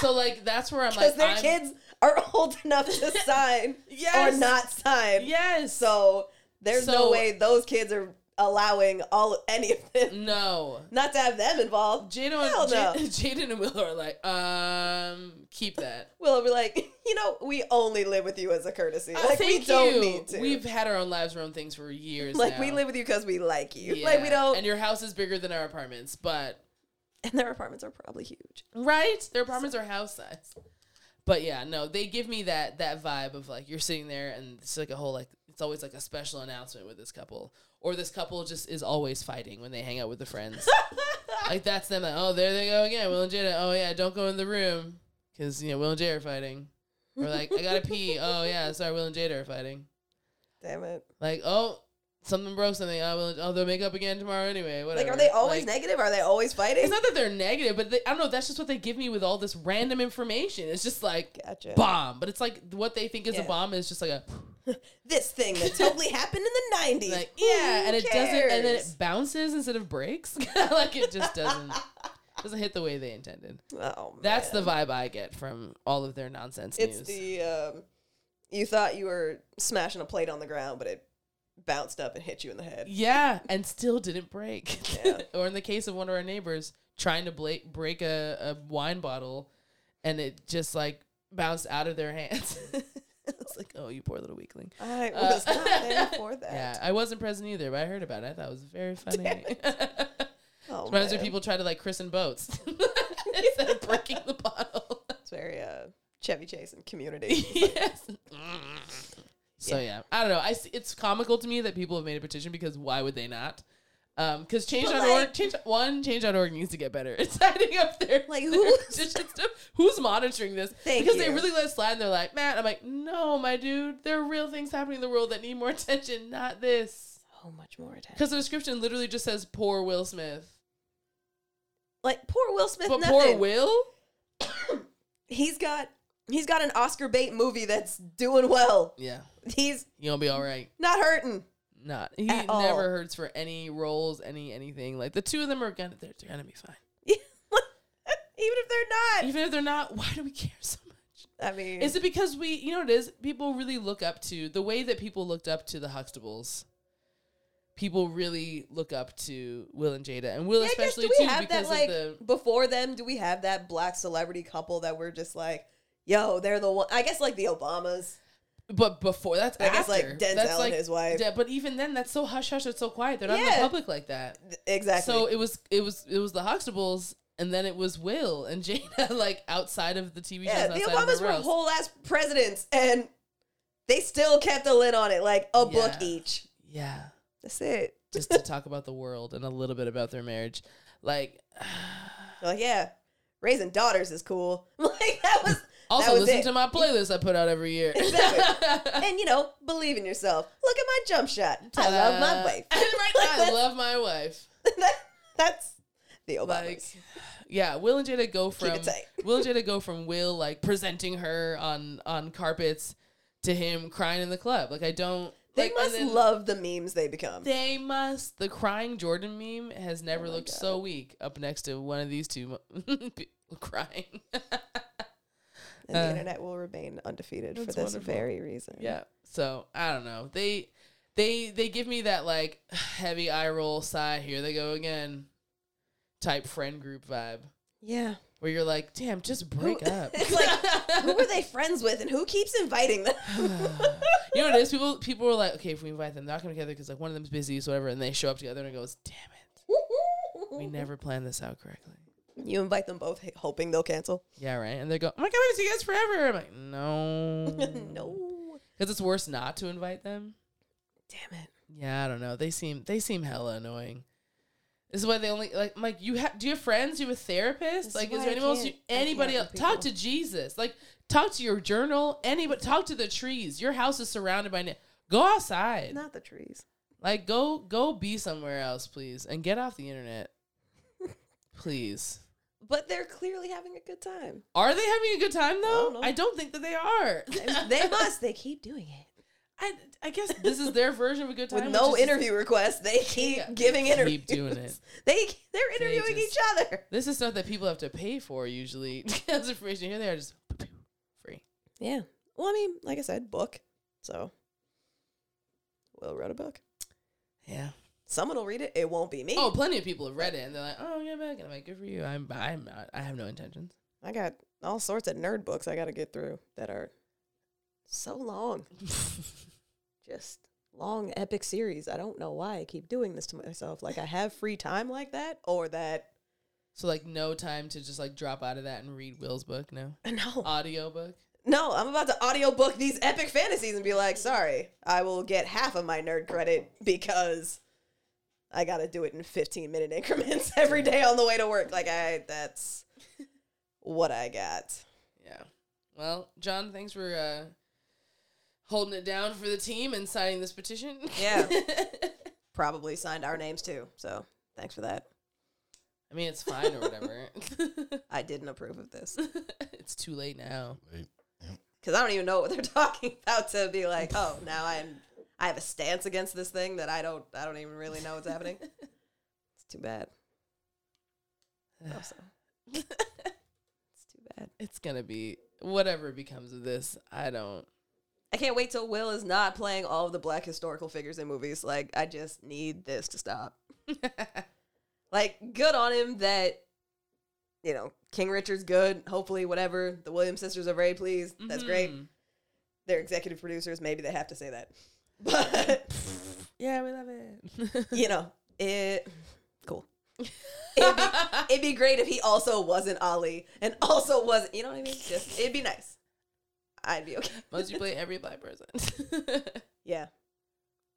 [SPEAKER 10] so like that's where i'm
[SPEAKER 9] because
[SPEAKER 10] like
[SPEAKER 9] their
[SPEAKER 10] I'm-
[SPEAKER 9] kids are old enough to sign
[SPEAKER 10] Yes.
[SPEAKER 9] or not sign.
[SPEAKER 10] yes
[SPEAKER 9] So there's
[SPEAKER 10] So-
[SPEAKER 9] no way those kids are allowing all any of this
[SPEAKER 10] no
[SPEAKER 9] not to have them involved.
[SPEAKER 10] Mm. Jada
[SPEAKER 9] Hell
[SPEAKER 10] and,
[SPEAKER 9] no.
[SPEAKER 10] Jada, Jaden and Willow are like, um, keep that.
[SPEAKER 9] We'll be like, you know, we only live with you as a courtesy. Like
[SPEAKER 10] Thank
[SPEAKER 9] we don't
[SPEAKER 10] you.
[SPEAKER 9] need to.
[SPEAKER 10] We've had our own lives, our own things for years.
[SPEAKER 9] like
[SPEAKER 10] now.
[SPEAKER 9] we live with you because we like you.
[SPEAKER 10] Yeah.
[SPEAKER 9] Like we don't
[SPEAKER 10] And your house is bigger than our apartments, but
[SPEAKER 9] and their apartments are probably huge.
[SPEAKER 10] Right? Their apartments are house size. But yeah, no, they give me that that vibe of like you're sitting there and it's like a whole like it's always like a special announcement with this couple. Or this couple just is always fighting when they hang out with the friends. like that's them like, oh there they go again, Will and Jada. Oh yeah, don't go in the room. Cause you know, Will and Jada are fighting. Or like, I gotta pee. Oh yeah, sorry, Will and Jada are fighting.
[SPEAKER 9] Damn it!
[SPEAKER 10] Like, oh, something broke something. Oh, Will and, oh they'll make up again tomorrow anyway. Whatever.
[SPEAKER 9] Like, are they always
[SPEAKER 10] Like,
[SPEAKER 9] negative? Are they always fighting?
[SPEAKER 10] it's not that they're negative, but they, I don't know. That's just what they give me with all this random information. It's just like
[SPEAKER 9] Gotcha.
[SPEAKER 10] bomb, but it's like what they think is a
[SPEAKER 9] Yeah.
[SPEAKER 10] bomb is just like a
[SPEAKER 9] this thing that totally happened in the nineties.
[SPEAKER 10] like yeah, and it doesn't, and then it bounces instead of breaks. like it just doesn't. doesn't hit the way they intended.
[SPEAKER 9] Oh,
[SPEAKER 10] That's the vibe I get from all of their nonsense news.
[SPEAKER 9] It's the um, you thought you were smashing a plate on the ground, but it bounced up and hit you in the head.
[SPEAKER 10] yeah, and still didn't break. or in the case of one of our neighbors trying to bla- break a, a wine bottle, and it just like bounced out of their hands. it's like, oh, you poor little weakling.
[SPEAKER 9] I
[SPEAKER 10] Uh,
[SPEAKER 9] was not there for that.
[SPEAKER 10] Yeah, I wasn't present either, but I heard about it. I thought it was very funny.
[SPEAKER 9] Oh,
[SPEAKER 10] Sometimes when
[SPEAKER 9] man.
[SPEAKER 10] people try to like christen boats instead of breaking the bottle.
[SPEAKER 9] It's very uh, Chevy Chase and community.
[SPEAKER 10] yes. So yeah. I don't know. I see, it's comical to me that people have made a petition because why would they not? Um, because change.org,
[SPEAKER 9] like-
[SPEAKER 10] change one change.org needs to get better. It's adding up their like
[SPEAKER 9] who's-
[SPEAKER 10] who's monitoring this
[SPEAKER 9] Thank
[SPEAKER 10] because they
[SPEAKER 9] you.
[SPEAKER 10] really let it slide. and They're like, man, I'm like, no, my dude, there are real things happening in the world that need more attention, not this.
[SPEAKER 9] So much more attention.
[SPEAKER 10] Because the description literally just says poor Will Smith,
[SPEAKER 9] Like poor Will Smith.
[SPEAKER 10] but poor
[SPEAKER 9] nothing.
[SPEAKER 10] Will.
[SPEAKER 9] He's got he's got an Oscar bait movie that's doing well.
[SPEAKER 10] Yeah,
[SPEAKER 9] He's
[SPEAKER 10] you gonna be all right.
[SPEAKER 9] not hurting.
[SPEAKER 10] Not he
[SPEAKER 9] At
[SPEAKER 10] never
[SPEAKER 9] all.
[SPEAKER 10] hurts for any roles, any anything. Like the two of them are gonna they're, they're gonna be fine.
[SPEAKER 9] Even if they're not.
[SPEAKER 10] Even if they're not, why do we care so much?
[SPEAKER 9] I mean,
[SPEAKER 10] Is it because we you know what it is? People really look up to the way that people looked up to the Huxtables. People really look up to Will and Jada, and Will
[SPEAKER 9] Yeah, I guess,
[SPEAKER 10] especially
[SPEAKER 9] do we
[SPEAKER 10] too
[SPEAKER 9] have that
[SPEAKER 10] because of
[SPEAKER 9] like
[SPEAKER 10] the
[SPEAKER 9] before them? Do we have that black celebrity couple that we're just like, yo, they're the one? I guess like the Obamas.
[SPEAKER 10] But before that's
[SPEAKER 9] I
[SPEAKER 10] after.
[SPEAKER 9] guess, like, Denzel
[SPEAKER 10] that's
[SPEAKER 9] and his wife.
[SPEAKER 10] Yeah, but even then, that's so hush hush. It's so quiet. They're not in
[SPEAKER 9] Yeah.
[SPEAKER 10] the public like that.
[SPEAKER 9] Exactly.
[SPEAKER 10] So it was it was it was the Huxtables, and then it was Will and Jada, like outside of the TV shows.
[SPEAKER 9] yeah, the
[SPEAKER 10] outside of
[SPEAKER 9] Obamas were
[SPEAKER 10] Rose.
[SPEAKER 9] whole ass presidents, and they still kept a lid on it, like a book
[SPEAKER 10] Yeah.
[SPEAKER 9] each.
[SPEAKER 10] Yeah,
[SPEAKER 9] That's it.
[SPEAKER 10] just to talk about the world and a little bit about their marriage, like
[SPEAKER 9] Like, yeah, raising daughters is cool. Like that was
[SPEAKER 10] also
[SPEAKER 9] that was
[SPEAKER 10] listen
[SPEAKER 9] it.
[SPEAKER 10] to my playlist I put out every year.
[SPEAKER 9] Exactly. and you know, believe in yourself. Look at my jump shot. I love my
[SPEAKER 10] Ta-da.
[SPEAKER 9] wife.
[SPEAKER 10] Uh, Right, I love my wife.
[SPEAKER 9] That's the Obamas.
[SPEAKER 10] Like, yeah, Will and Jada go from
[SPEAKER 9] it tight.
[SPEAKER 10] Will and Jada go from Will like presenting her on on carpets to him crying in the club. Like I don't. like,
[SPEAKER 9] they
[SPEAKER 10] and
[SPEAKER 9] must
[SPEAKER 10] then-
[SPEAKER 9] love the memes they become.
[SPEAKER 10] They must. The crying Jordan meme has never looked so weak up next to one of these two mo- crying.
[SPEAKER 9] and the
[SPEAKER 10] Uh,
[SPEAKER 9] internet will remain undefeated for
[SPEAKER 10] that's
[SPEAKER 9] this
[SPEAKER 10] wonderful.
[SPEAKER 9] very reason.
[SPEAKER 10] yeah. So I don't know. They they they give me that like heavy eye roll sigh. Here they go again. Type friend group vibe
[SPEAKER 9] Yeah.
[SPEAKER 10] where you're like, damn, just break up.
[SPEAKER 9] It's like, who were they friends with and who keeps inviting them?
[SPEAKER 10] You know what it is? People people were like, okay, if we invite them, they're not coming together because like one of them's busy, so whatever, and they show up together and it goes, damn it, we never planned this out correctly.
[SPEAKER 9] You invite them both h- hoping they'll cancel.
[SPEAKER 10] Yeah, right. And they go, oh my god, we haven't seen you guys forever. I'm like, no,
[SPEAKER 9] Mm. No.
[SPEAKER 10] because it's worse not to invite them.
[SPEAKER 9] Damn it.
[SPEAKER 10] Yeah, I don't know. They seem they seem hella annoying. This is why they only like Mike. You have do you have friends? Do you have a therapist?
[SPEAKER 9] This is
[SPEAKER 10] like, is
[SPEAKER 9] why
[SPEAKER 10] there
[SPEAKER 9] I
[SPEAKER 10] anyone else? You,
[SPEAKER 9] can't- I
[SPEAKER 10] anybody
[SPEAKER 9] can't
[SPEAKER 10] else?
[SPEAKER 9] with
[SPEAKER 10] Talk to
[SPEAKER 9] people.
[SPEAKER 10] Jesus. Like, talk to your journal. Anybody? Talk to the trees. Your house is surrounded by. Na- go outside.
[SPEAKER 9] Not the trees.
[SPEAKER 10] Like, go go be somewhere else, please, and get off the internet, please.
[SPEAKER 9] But they're clearly having a good time.
[SPEAKER 10] Are they having a good time though?
[SPEAKER 9] know.
[SPEAKER 10] I don't think that they are.
[SPEAKER 9] they must. They keep doing it.
[SPEAKER 10] I, I guess this is their version of a good time.
[SPEAKER 9] With
[SPEAKER 10] which
[SPEAKER 9] no
[SPEAKER 10] is just-
[SPEAKER 9] interview requests, they keep
[SPEAKER 10] Yeah.
[SPEAKER 9] giving
[SPEAKER 10] Keep
[SPEAKER 9] interviews.
[SPEAKER 10] doing it.
[SPEAKER 9] They, they're interviewing
[SPEAKER 10] just-
[SPEAKER 9] each other.
[SPEAKER 10] This is stuff that people have to pay for usually. That's information here. They are just free.
[SPEAKER 9] Yeah. Well, I mean, like I said, book. So, Will wrote a book.
[SPEAKER 10] Yeah.
[SPEAKER 9] Someone will read it. It won't be me.
[SPEAKER 10] Oh, plenty of people have read it and they're like, "Oh, yeah, back." And I'm like, "Good for you." I'm, I'm not. I have no intentions.
[SPEAKER 9] I got all sorts of nerd books I got to get through that are so long. Just long epic series. I don't know why I keep doing this to myself. Like I have free time like that or that
[SPEAKER 10] So like, no time to just like drop out of that and read Will's book. No
[SPEAKER 9] no.
[SPEAKER 10] audio book.
[SPEAKER 9] no, I'm about to audiobook these epic fantasies and be like, "Sorry, I will get half of my nerd credit because I got to do it in 15-minute increments every day on the way to work." Like I that's what I got.
[SPEAKER 10] Yeah. Well, John, thanks for uh, holding it down for the team and signing this petition.
[SPEAKER 9] Yeah. Probably signed our names too. So, thanks for that.
[SPEAKER 10] I mean, it's fine or whatever.
[SPEAKER 9] I didn't approve of this
[SPEAKER 10] it's too late now.
[SPEAKER 9] because I don't even know what they're talking about to be like, oh, now I'm I have a stance against this thing that I don't I don't even really know what's happening. it's too bad. Oh, so. it's too bad.
[SPEAKER 10] It's gonna be whatever becomes of this. I don't.
[SPEAKER 9] I can't wait till Will is not playing all of the black historical figures in movies. Like, I just need this to stop. like, good on him that, you know, King Richard's good. Hopefully, whatever. The Williams sisters are very pleased. That's great.
[SPEAKER 10] Mhm.
[SPEAKER 9] They're executive producers. Maybe they have to say that. But,
[SPEAKER 10] Yeah, we love it.
[SPEAKER 9] you know, it. Cool. it'd, be, it'd be great if he also wasn't Ali and also wasn't, you know what I mean? Just, it'd be nice. I'd be okay.
[SPEAKER 10] Must you play every black person.
[SPEAKER 9] Yeah.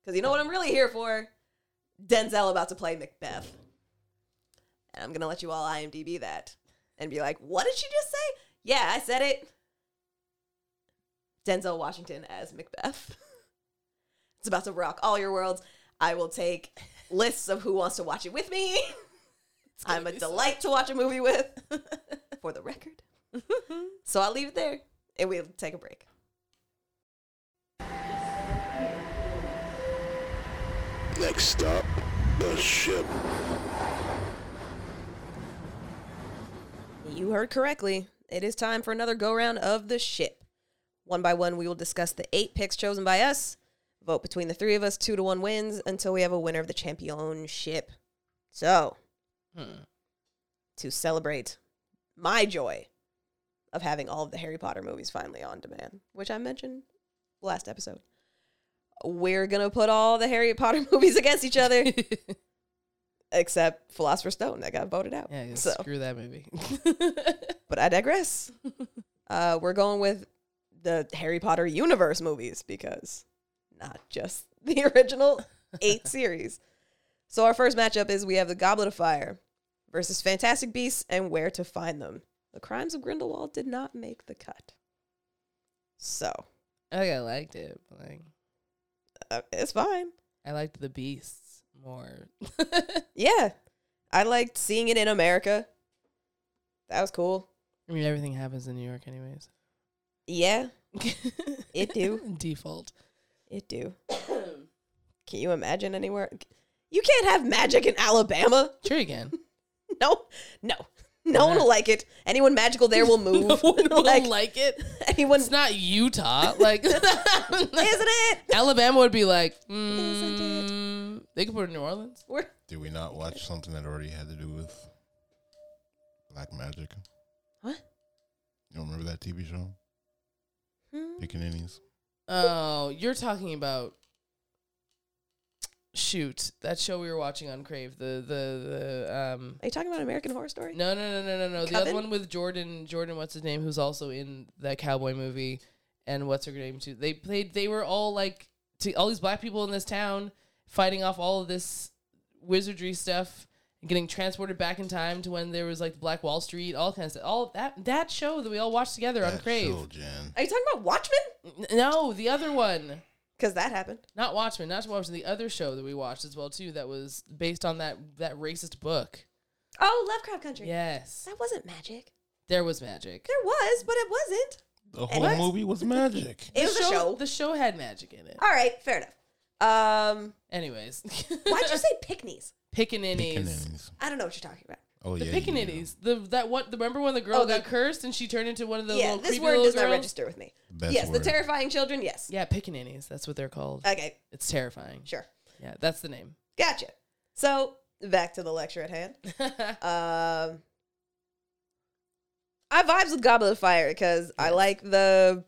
[SPEAKER 9] Because you know what I'm really here for? Denzel about to play Macbeth. And I'm going to let you all IMDb that and be like, what did she just say? Yeah, I said it. Denzel Washington as Macbeth. it's about to rock all your worlds. I will take lists of who wants to watch it with me. I'm a
[SPEAKER 10] be so
[SPEAKER 9] delight to watch a movie with, for the record. so I'll leave it there and we'll take a break.
[SPEAKER 11] Next stop, the ship.
[SPEAKER 9] You heard correctly. It is time for another go round of the ship. One by one, we will discuss the eight picks chosen by us. Vote between the three of us. Two to one wins until we have a winner of the championship. So,
[SPEAKER 10] Hmm.
[SPEAKER 9] to celebrate my joy of having all of the Harry Potter movies finally on demand, which I mentioned last episode, we're going to put all the Harry Potter movies against each other, except Philosopher's Stone that got voted out.
[SPEAKER 10] yeah,
[SPEAKER 9] So-
[SPEAKER 10] screw that movie.
[SPEAKER 9] but I digress. uh, we're going with the Harry Potter universe movies because not just the original eight series. So our first matchup is we have the Goblet of Fire versus Fantastic Beasts and Where to Find Them. The Crimes of Grindelwald did not make the cut. So
[SPEAKER 10] like, I liked it. but, Like
[SPEAKER 9] uh, it's fine.
[SPEAKER 10] I liked the beasts more.
[SPEAKER 9] Yeah. I liked seeing it in America. That was cool.
[SPEAKER 10] I mean, everything happens in New York, anyways.
[SPEAKER 9] Yeah, It do.
[SPEAKER 10] default.
[SPEAKER 9] it do. Can you imagine anywhere? You can't have magic in Alabama.
[SPEAKER 10] True again.
[SPEAKER 9] No, no. No one will like it. Anyone magical there will move.
[SPEAKER 10] no one will
[SPEAKER 9] Like,
[SPEAKER 10] like, it.
[SPEAKER 9] Anyone,
[SPEAKER 10] It's not Utah. Like
[SPEAKER 9] isn't it?
[SPEAKER 10] Alabama would be like,
[SPEAKER 9] Isn't it?
[SPEAKER 10] mm, they could put it in New Orleans.
[SPEAKER 9] We're,
[SPEAKER 4] Did we not watch something that already had to do with black magic?
[SPEAKER 9] What?
[SPEAKER 4] You don't remember that TV show? Pickaninnies.
[SPEAKER 10] Oh, you're talking about shoot that show we were watching on Crave. The the the um.
[SPEAKER 9] are you talking about American Horror Story?
[SPEAKER 10] No no no no no no. The
[SPEAKER 9] Coven?
[SPEAKER 10] other one with Jordan Jordan, what's his name, who's also in that cowboy movie, and what's her name too. They played. They were all like to all these black people in this town fighting off all of this wizardry stuff. and Getting transported back in time to when there was like Black Wall Street, all kinds of all that that show that we all watched together on
[SPEAKER 4] That
[SPEAKER 10] Crave.
[SPEAKER 4] show, Jen.
[SPEAKER 9] Are you talking about Watchmen?
[SPEAKER 10] N- No, the other one.
[SPEAKER 9] Because that happened.
[SPEAKER 10] Not Watchmen, not Watchmen. The other show that we watched as well too, that was based on that that racist book.
[SPEAKER 9] Oh, Lovecraft Country.
[SPEAKER 10] Yes,
[SPEAKER 9] That wasn't magic.
[SPEAKER 10] there was magic.
[SPEAKER 9] There was, but it wasn't.
[SPEAKER 4] The whole
[SPEAKER 9] What?
[SPEAKER 4] movie was magic.
[SPEAKER 9] It was a show.
[SPEAKER 10] The show had magic in it.
[SPEAKER 9] All right, fair enough. Um,
[SPEAKER 10] Anyways,
[SPEAKER 9] why'd you say picnies?
[SPEAKER 10] pickaninnies?
[SPEAKER 4] Pickaninnies.
[SPEAKER 9] I don't know what you're talking about.
[SPEAKER 4] Oh
[SPEAKER 10] The
[SPEAKER 4] yeah.
[SPEAKER 10] pickaninnies. The that what the remember when the girl
[SPEAKER 9] Oh, the-
[SPEAKER 10] got cursed and she turned into one of those
[SPEAKER 9] yeah,
[SPEAKER 10] little
[SPEAKER 9] this
[SPEAKER 10] creepy
[SPEAKER 9] word
[SPEAKER 10] little
[SPEAKER 9] does not
[SPEAKER 10] girls?
[SPEAKER 9] register with me.
[SPEAKER 4] The best
[SPEAKER 9] yes,
[SPEAKER 4] word.
[SPEAKER 9] the terrifying children. Yes.
[SPEAKER 10] Yeah, pickaninnies. That's what they're called.
[SPEAKER 9] Okay,
[SPEAKER 10] it's terrifying.
[SPEAKER 9] Uh, sure.
[SPEAKER 10] Yeah, that's the name.
[SPEAKER 9] Gotcha. So back to the lecture at hand. Um, I vibes with Goblet of Fire because I like the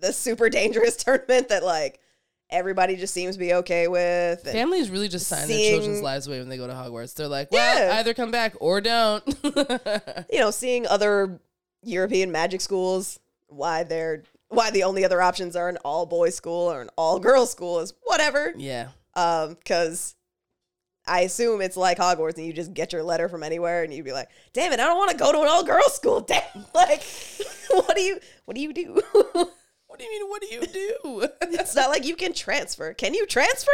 [SPEAKER 9] the super dangerous tournament that like everybody just seems to be okay with. And
[SPEAKER 10] Families really just sign their
[SPEAKER 9] Seeing-
[SPEAKER 10] children's lives away when they go to Hogwarts. They're like, well,
[SPEAKER 9] Yeah.
[SPEAKER 10] either come back or don't.
[SPEAKER 9] you know, seeing other European magic schools, why they're why the only other options are an all boys school or an all girls school is whatever.
[SPEAKER 10] yeah.
[SPEAKER 9] Um, because I assume it's like Hogwarts, and you just get your letter from anywhere, and you'd be like, "Damn it, I don't want to go to an all-girls school." Damn, like, what do you, what do you do?
[SPEAKER 10] What do you mean? What do you do?
[SPEAKER 9] it's not like you can transfer. Can you transfer?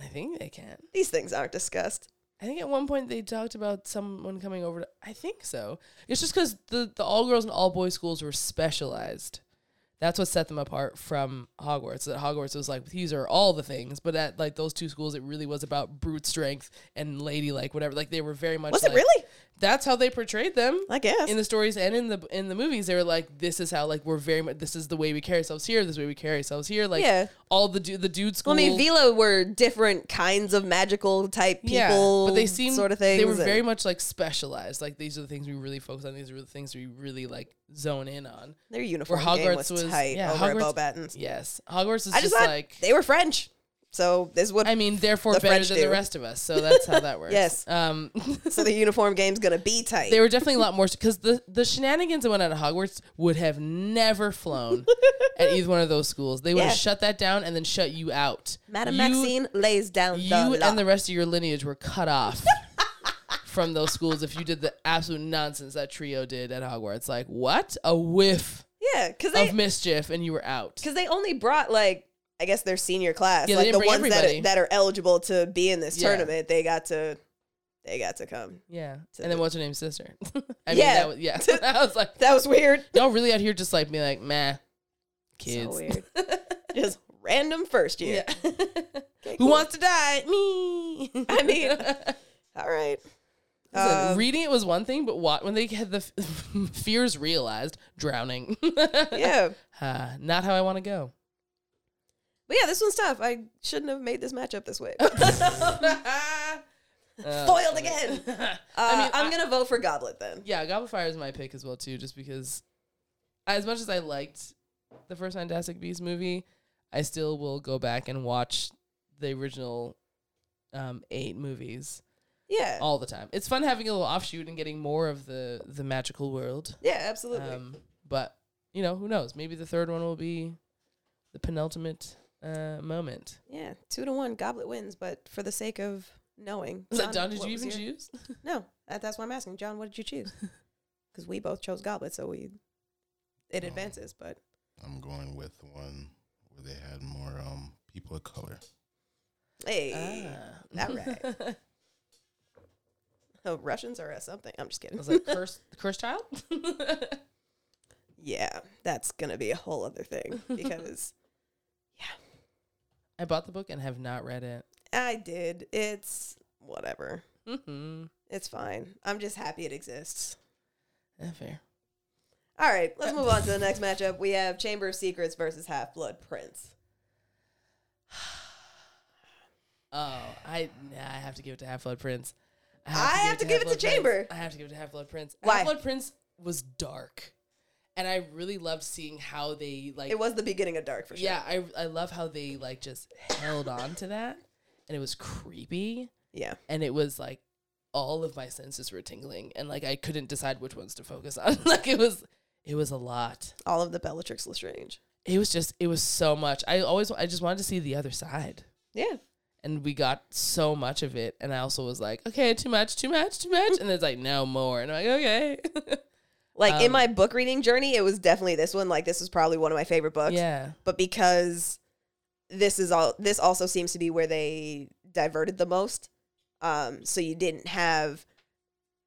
[SPEAKER 10] I think they can.
[SPEAKER 9] These things aren't discussed.
[SPEAKER 10] I think at one point they talked about someone coming over. To, I think so. It's just because the, the all girls and all boys schools were specialized. That's what set them apart from Hogwarts. That Hogwarts was like these are all the things, but at like those two schools, it really was about brute strength and ladylike whatever. Like they were very much.
[SPEAKER 9] Was it
[SPEAKER 10] like-
[SPEAKER 9] really?
[SPEAKER 10] that's how they portrayed them.
[SPEAKER 9] I guess
[SPEAKER 10] in the stories and in the in the movies, they were like, "This is how like we're very much. This is the way we carry ourselves here. This is the way we carry ourselves here. Like
[SPEAKER 9] Yeah.
[SPEAKER 10] all the du- the dude school.
[SPEAKER 9] Well, I mean, Vila were different kinds of magical type people,
[SPEAKER 10] but they seemed
[SPEAKER 9] sort of things.
[SPEAKER 10] They were
[SPEAKER 9] and-
[SPEAKER 10] very much like specialized. Like these are the things we really focus on. These are the things we really like zone in on.
[SPEAKER 9] Their uniform game was tight over at Beauxbatons.
[SPEAKER 10] Yes, Hogwarts is
[SPEAKER 9] I just
[SPEAKER 10] just
[SPEAKER 9] thought
[SPEAKER 10] like
[SPEAKER 9] they were French, so this would.
[SPEAKER 10] I mean, therefore better than the rest of us. So that's how that works.
[SPEAKER 9] yes.
[SPEAKER 10] Um,
[SPEAKER 9] so the uniform game's gonna be tight.
[SPEAKER 10] they were definitely a lot more because the the shenanigans that went on at Hogwarts would have never flown at either one of those schools. They would
[SPEAKER 9] Yeah.
[SPEAKER 10] have shut that down and then shut you out.
[SPEAKER 9] Madame
[SPEAKER 10] You-
[SPEAKER 9] Maxine lays down
[SPEAKER 10] you
[SPEAKER 9] the law.
[SPEAKER 10] and the rest of your lineage were cut off from those schools if you did the absolute nonsense that trio did at Hogwarts. Like what? A whiff
[SPEAKER 9] yeah, because
[SPEAKER 10] of mischief, and you were out.
[SPEAKER 9] because they only brought like I guess their senior class,
[SPEAKER 10] Yeah, they didn't
[SPEAKER 9] like the
[SPEAKER 10] bring
[SPEAKER 9] ones that
[SPEAKER 10] everybody.
[SPEAKER 9] are, that are eligible to be in this
[SPEAKER 10] Yeah.
[SPEAKER 9] tournament. They got to, they got to come.
[SPEAKER 10] Yeah, and then what's her name's sister? I
[SPEAKER 9] Yeah.
[SPEAKER 10] mean, that was, yeah, I was like,
[SPEAKER 9] that was weird.
[SPEAKER 10] Y'all really out here just like being like, meh, kids.
[SPEAKER 9] weird. Just random first year.
[SPEAKER 10] Who wants to die? Me.
[SPEAKER 9] I mean, all right.
[SPEAKER 10] Listen,
[SPEAKER 9] Um,
[SPEAKER 10] reading it was one thing, but what when they had the f- fears realized, drowning.
[SPEAKER 9] Yeah.
[SPEAKER 10] Uh, not how I want to go.
[SPEAKER 9] But yeah, this one's tough. I shouldn't have made this matchup this way.
[SPEAKER 10] Uh,
[SPEAKER 9] Foiled again. Uh,
[SPEAKER 10] mean,
[SPEAKER 9] I'm gonna vote for Goblet then.
[SPEAKER 10] Yeah, Goblet Fire is my pick as well too, just because as much as I liked the first Fantastic Beasts movie, I still will go back and watch the original um, eight movies.
[SPEAKER 9] Yeah.
[SPEAKER 10] all the time. It's fun having a little offshoot and getting more of the the magical world. um,
[SPEAKER 9] Yeah, absolutely.
[SPEAKER 10] but you know, who knows? Maybe the third one will be the penultimate uh, moment.
[SPEAKER 9] Yeah, two to one. Goblet wins, but for the sake of knowing,
[SPEAKER 10] So, Don, did
[SPEAKER 9] what
[SPEAKER 10] you
[SPEAKER 9] was
[SPEAKER 10] even
[SPEAKER 9] your-
[SPEAKER 10] choose?
[SPEAKER 9] No, that, that's why I'm asking. John, what did you choose? Because we both chose Goblet, so we it
[SPEAKER 10] Oh.
[SPEAKER 9] advances. But
[SPEAKER 4] I'm going with one where they had more um people of color.
[SPEAKER 9] hey,
[SPEAKER 10] Ah.
[SPEAKER 9] all Eh, right. oh, Russians are a something. I'm just kidding.
[SPEAKER 10] I was like, curse, curse child.
[SPEAKER 9] yeah, that's gonna be a whole other thing because
[SPEAKER 10] I bought the book and have not read it.
[SPEAKER 9] I did. It's whatever.
[SPEAKER 10] Mm-hmm.
[SPEAKER 9] It's fine. I'm just happy it exists. Eh,
[SPEAKER 10] fair.
[SPEAKER 9] All right, let's move on to the next matchup. We have Chamber of Secrets versus Half Blood Prince.
[SPEAKER 10] Oh, I nah, I have to give it to Half Blood Prince. I
[SPEAKER 9] I have to give it to
[SPEAKER 10] Half-Blood Prince.
[SPEAKER 9] Chamber.
[SPEAKER 10] I have to give it to Half Blood Prince.
[SPEAKER 9] Why?
[SPEAKER 10] Half Blood Prince was dark, and I really loved seeing how they like.
[SPEAKER 9] It was the beginning of Dark for sure.
[SPEAKER 10] Yeah, I I love how they like just held on to that, and it was creepy.
[SPEAKER 9] Yeah.
[SPEAKER 10] and it was like all of my senses were tingling, and like I couldn't decide which ones to focus on. like it was, it was a lot.
[SPEAKER 9] All of the Bellatrix Lestrange.
[SPEAKER 10] It was just, it was so much. I always, I just wanted to see the other side.
[SPEAKER 9] Yeah.
[SPEAKER 10] And we got so much of it, and I also was like, okay, too much, too much, too much, and it's like no more, and I'm like, okay,
[SPEAKER 9] Like in
[SPEAKER 10] Um,
[SPEAKER 9] my book reading journey, it was definitely this one. Like this was probably one of my favorite books.
[SPEAKER 10] Yeah.
[SPEAKER 9] But because this is all this also seems to be where they diverted the most. Um, so you didn't have,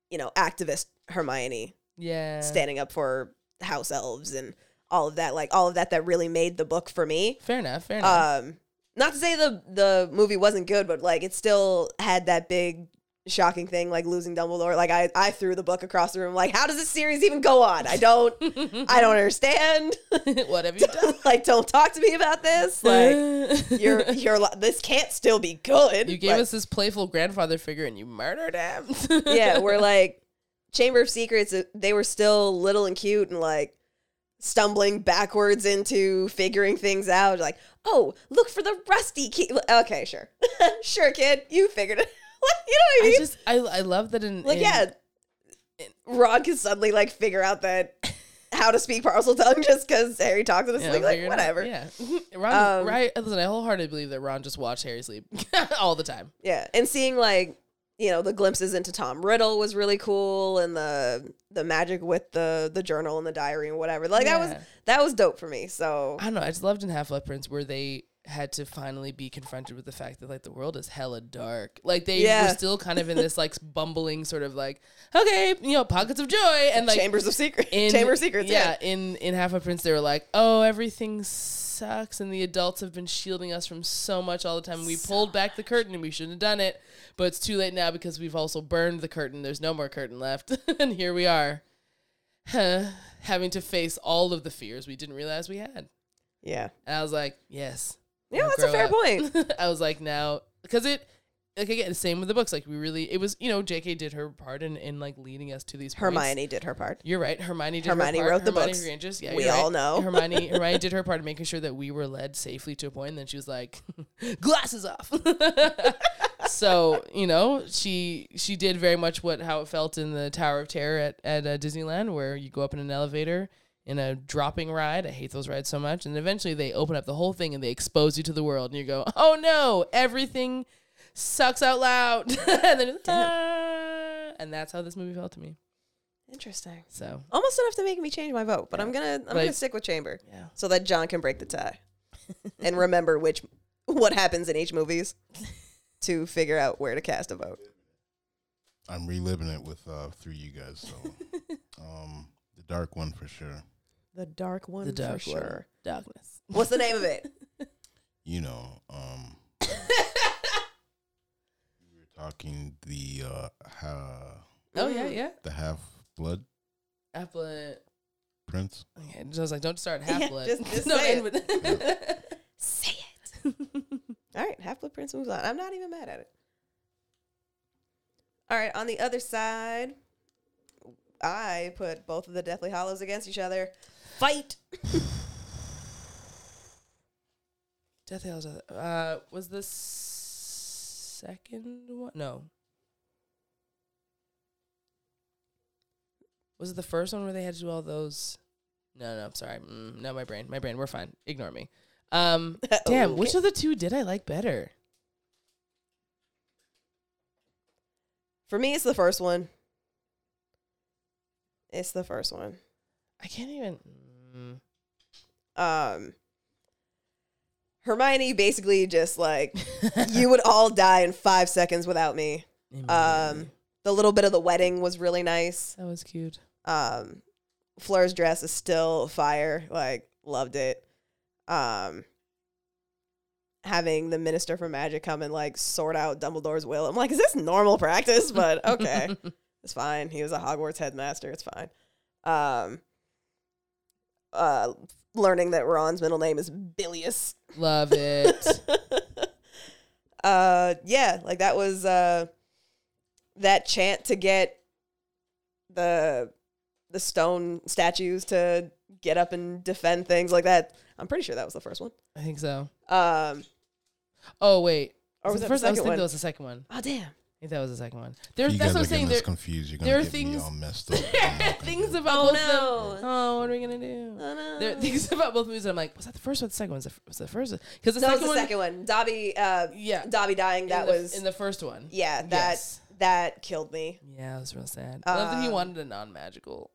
[SPEAKER 9] you know, activist Hermione
[SPEAKER 10] yeah,
[SPEAKER 9] standing up for house elves and all of that, like all of that that really made the book for me.
[SPEAKER 10] Fair enough, fair enough.
[SPEAKER 9] Um, not to say the the movie wasn't good, but like it still had that big shocking thing, like losing Dumbledore. Like I I threw the book across the room, like how does this series even go on? I don't I don't understand.
[SPEAKER 10] what have you done?
[SPEAKER 9] like don't talk to me about this. Like you're you're li- this can't still be good.
[SPEAKER 10] You gave
[SPEAKER 9] Like-
[SPEAKER 10] us this playful grandfather figure, and you murdered him.
[SPEAKER 9] yeah, we're like Chamber of Secrets. uh, They were still little and cute and like stumbling backwards into figuring things out. Like, oh, look for the rusty key. Okay, sure, sure, kid, you figured it. Like, you know what I
[SPEAKER 10] I
[SPEAKER 9] mean?
[SPEAKER 10] just, I, I love that in
[SPEAKER 9] like,
[SPEAKER 10] in-
[SPEAKER 9] yeah, Ron can suddenly like figure out that how to speak parcel tongue just because Harry talks in his
[SPEAKER 10] Yeah,
[SPEAKER 9] sleep.
[SPEAKER 10] figure
[SPEAKER 9] Like,
[SPEAKER 10] it out.
[SPEAKER 9] whatever.
[SPEAKER 10] Yeah. Ron,
[SPEAKER 9] Um,
[SPEAKER 10] right? Listen, I wholeheartedly believe that Ron just watched Harry sleep all the time.
[SPEAKER 9] Yeah, and seeing like you know the glimpses into Tom Riddle was really cool, and the the magic with the the journal and the diary and whatever. Like that was
[SPEAKER 10] Yeah.
[SPEAKER 9] that was dope for me. So
[SPEAKER 10] I don't know. I just loved in Half Blood Prince where they had to finally be confronted with the fact that like the world is hella dark. Like they
[SPEAKER 9] Yeah.
[SPEAKER 10] were still kind of in this like bumbling sort of like okay, you know, pockets of joy and like
[SPEAKER 9] Chambers of secret- Chamber of secrets, yeah.
[SPEAKER 10] in in Half a Prince they were like, "Oh, everything sucks and the adults have been shielding us from so much all the time. We pulled back the curtain and we shouldn't have done it, but it's too late now because we've also burned the curtain. There's no more curtain left." and here we are. Huh, having to face all of the fears we didn't realize we had.
[SPEAKER 9] Yeah.
[SPEAKER 10] And I was like, yes.
[SPEAKER 9] Yeah,
[SPEAKER 10] I'll
[SPEAKER 9] that's a
[SPEAKER 10] grow
[SPEAKER 9] fair
[SPEAKER 10] point. I was like, now, because it, like again, same with the books. Like we really, it was you know, J.K. did her part in, in like leading us to these. points.
[SPEAKER 9] Hermione did her part.
[SPEAKER 10] You're right. Hermione did.
[SPEAKER 9] Hermione
[SPEAKER 10] her part.
[SPEAKER 9] wrote the
[SPEAKER 10] Hermione
[SPEAKER 9] books.
[SPEAKER 10] Granger, yeah,
[SPEAKER 9] We
[SPEAKER 10] you're
[SPEAKER 9] all
[SPEAKER 10] right.
[SPEAKER 9] know.
[SPEAKER 10] Hermione. Hermione did her part in making sure that we were led safely to a point. And then she was like, glasses off. so you know, she she did very much what how it felt in the Tower of Terror at at uh, Disneyland, where you go up in an elevator in a dropping ride. I hate those rides so much. And eventually they open up the whole thing and they expose you to the world, and you go, oh no, everything sucks out loud. and then "Ah," and that's how this movie felt to me.
[SPEAKER 9] Interesting.
[SPEAKER 10] So
[SPEAKER 9] Almost enough to make me change my vote, but I'm gonna I'm gonna
[SPEAKER 10] Like-
[SPEAKER 9] stick with Chamber.
[SPEAKER 10] Yeah.
[SPEAKER 9] So that John can break the tie. and remember which what happens in each movies to figure out where to cast a vote.
[SPEAKER 4] I'm reliving it with uh through you guys. So um the dark one for sure.
[SPEAKER 9] The dark one
[SPEAKER 10] The dark
[SPEAKER 9] for sure.
[SPEAKER 10] Darkness.
[SPEAKER 9] What's the name of it?
[SPEAKER 4] You know, um we were talking the uh ha-
[SPEAKER 10] Oh yeah,
[SPEAKER 9] Mm.
[SPEAKER 10] yeah.
[SPEAKER 4] the half blood
[SPEAKER 10] Applet.
[SPEAKER 4] prince.
[SPEAKER 10] Okay, so I was like, don't start
[SPEAKER 9] Yeah,
[SPEAKER 10] half blood.
[SPEAKER 9] just- just
[SPEAKER 10] no,
[SPEAKER 9] say
[SPEAKER 10] end
[SPEAKER 9] it.
[SPEAKER 10] with-
[SPEAKER 9] Say it. All right, Half Blood Prince moves on. I'm not even mad at it. All right, on the other side, I put both of the Deathly Hollows against each other. Fight.
[SPEAKER 10] Death Hallows. Uh, was the second one? No. Was it the first one where they had to do all those? No, no, I'm sorry. Mm, no, my brain, my brain. We're fine. Ignore me. Um, damn. Which
[SPEAKER 9] Oh, Okay.
[SPEAKER 10] of the two did I like better?
[SPEAKER 9] For me, it's the first one. It's the first one.
[SPEAKER 10] I can't even. Mm.
[SPEAKER 9] Um, Hermione basically just like, you would all die in five seconds without me.
[SPEAKER 10] Mm-hmm.
[SPEAKER 9] Um, the little bit of the wedding was really nice.
[SPEAKER 10] That was cute.
[SPEAKER 9] Um, Fleur's dress is still fire. Like, loved it. Um, having the minister for magic come and like sort out Dumbledore's will. I'm like, is this normal practice? But okay, it's fine. He was a Hogwarts headmaster. It's fine. Um, uh, learning that Ron's middle name is Bilious.
[SPEAKER 10] Love it.
[SPEAKER 9] uh, yeah, like that was uh, that chant to get the the stone statues to get up and defend things like that. I'm pretty sure that was the first one.
[SPEAKER 10] I think so.
[SPEAKER 9] Um,
[SPEAKER 10] Oh wait.
[SPEAKER 9] Or was
[SPEAKER 10] the
[SPEAKER 9] that the
[SPEAKER 10] first? I was
[SPEAKER 9] second
[SPEAKER 10] thinking
[SPEAKER 9] one?
[SPEAKER 10] that was the second one.
[SPEAKER 9] oh damn.
[SPEAKER 10] I think that was the second one. There,
[SPEAKER 4] you
[SPEAKER 10] that's what
[SPEAKER 4] guys
[SPEAKER 10] I'm
[SPEAKER 4] are getting
[SPEAKER 10] saying.
[SPEAKER 4] this
[SPEAKER 10] There,
[SPEAKER 4] confused. You're
[SPEAKER 10] there
[SPEAKER 4] gonna
[SPEAKER 10] are
[SPEAKER 4] get me
[SPEAKER 10] things-
[SPEAKER 4] all messed up.
[SPEAKER 10] things about both
[SPEAKER 9] Oh, no.
[SPEAKER 10] of them. Oh, what are we gonna do?
[SPEAKER 9] Oh, no.
[SPEAKER 10] There are things about both movies. that I'm like, was that the first one? The second one was the, f- was the first one because the
[SPEAKER 9] That
[SPEAKER 10] second
[SPEAKER 9] was the
[SPEAKER 10] one.
[SPEAKER 9] second one. Dobby, uh,
[SPEAKER 10] Yeah.
[SPEAKER 9] Dobby dying.
[SPEAKER 10] in
[SPEAKER 9] That
[SPEAKER 10] the-
[SPEAKER 9] was
[SPEAKER 10] in the first one.
[SPEAKER 9] yeah. That
[SPEAKER 10] Yes.
[SPEAKER 9] that killed me.
[SPEAKER 10] Yeah, it was real sad. I love that he
[SPEAKER 9] Um,
[SPEAKER 10] wanted a non-magical.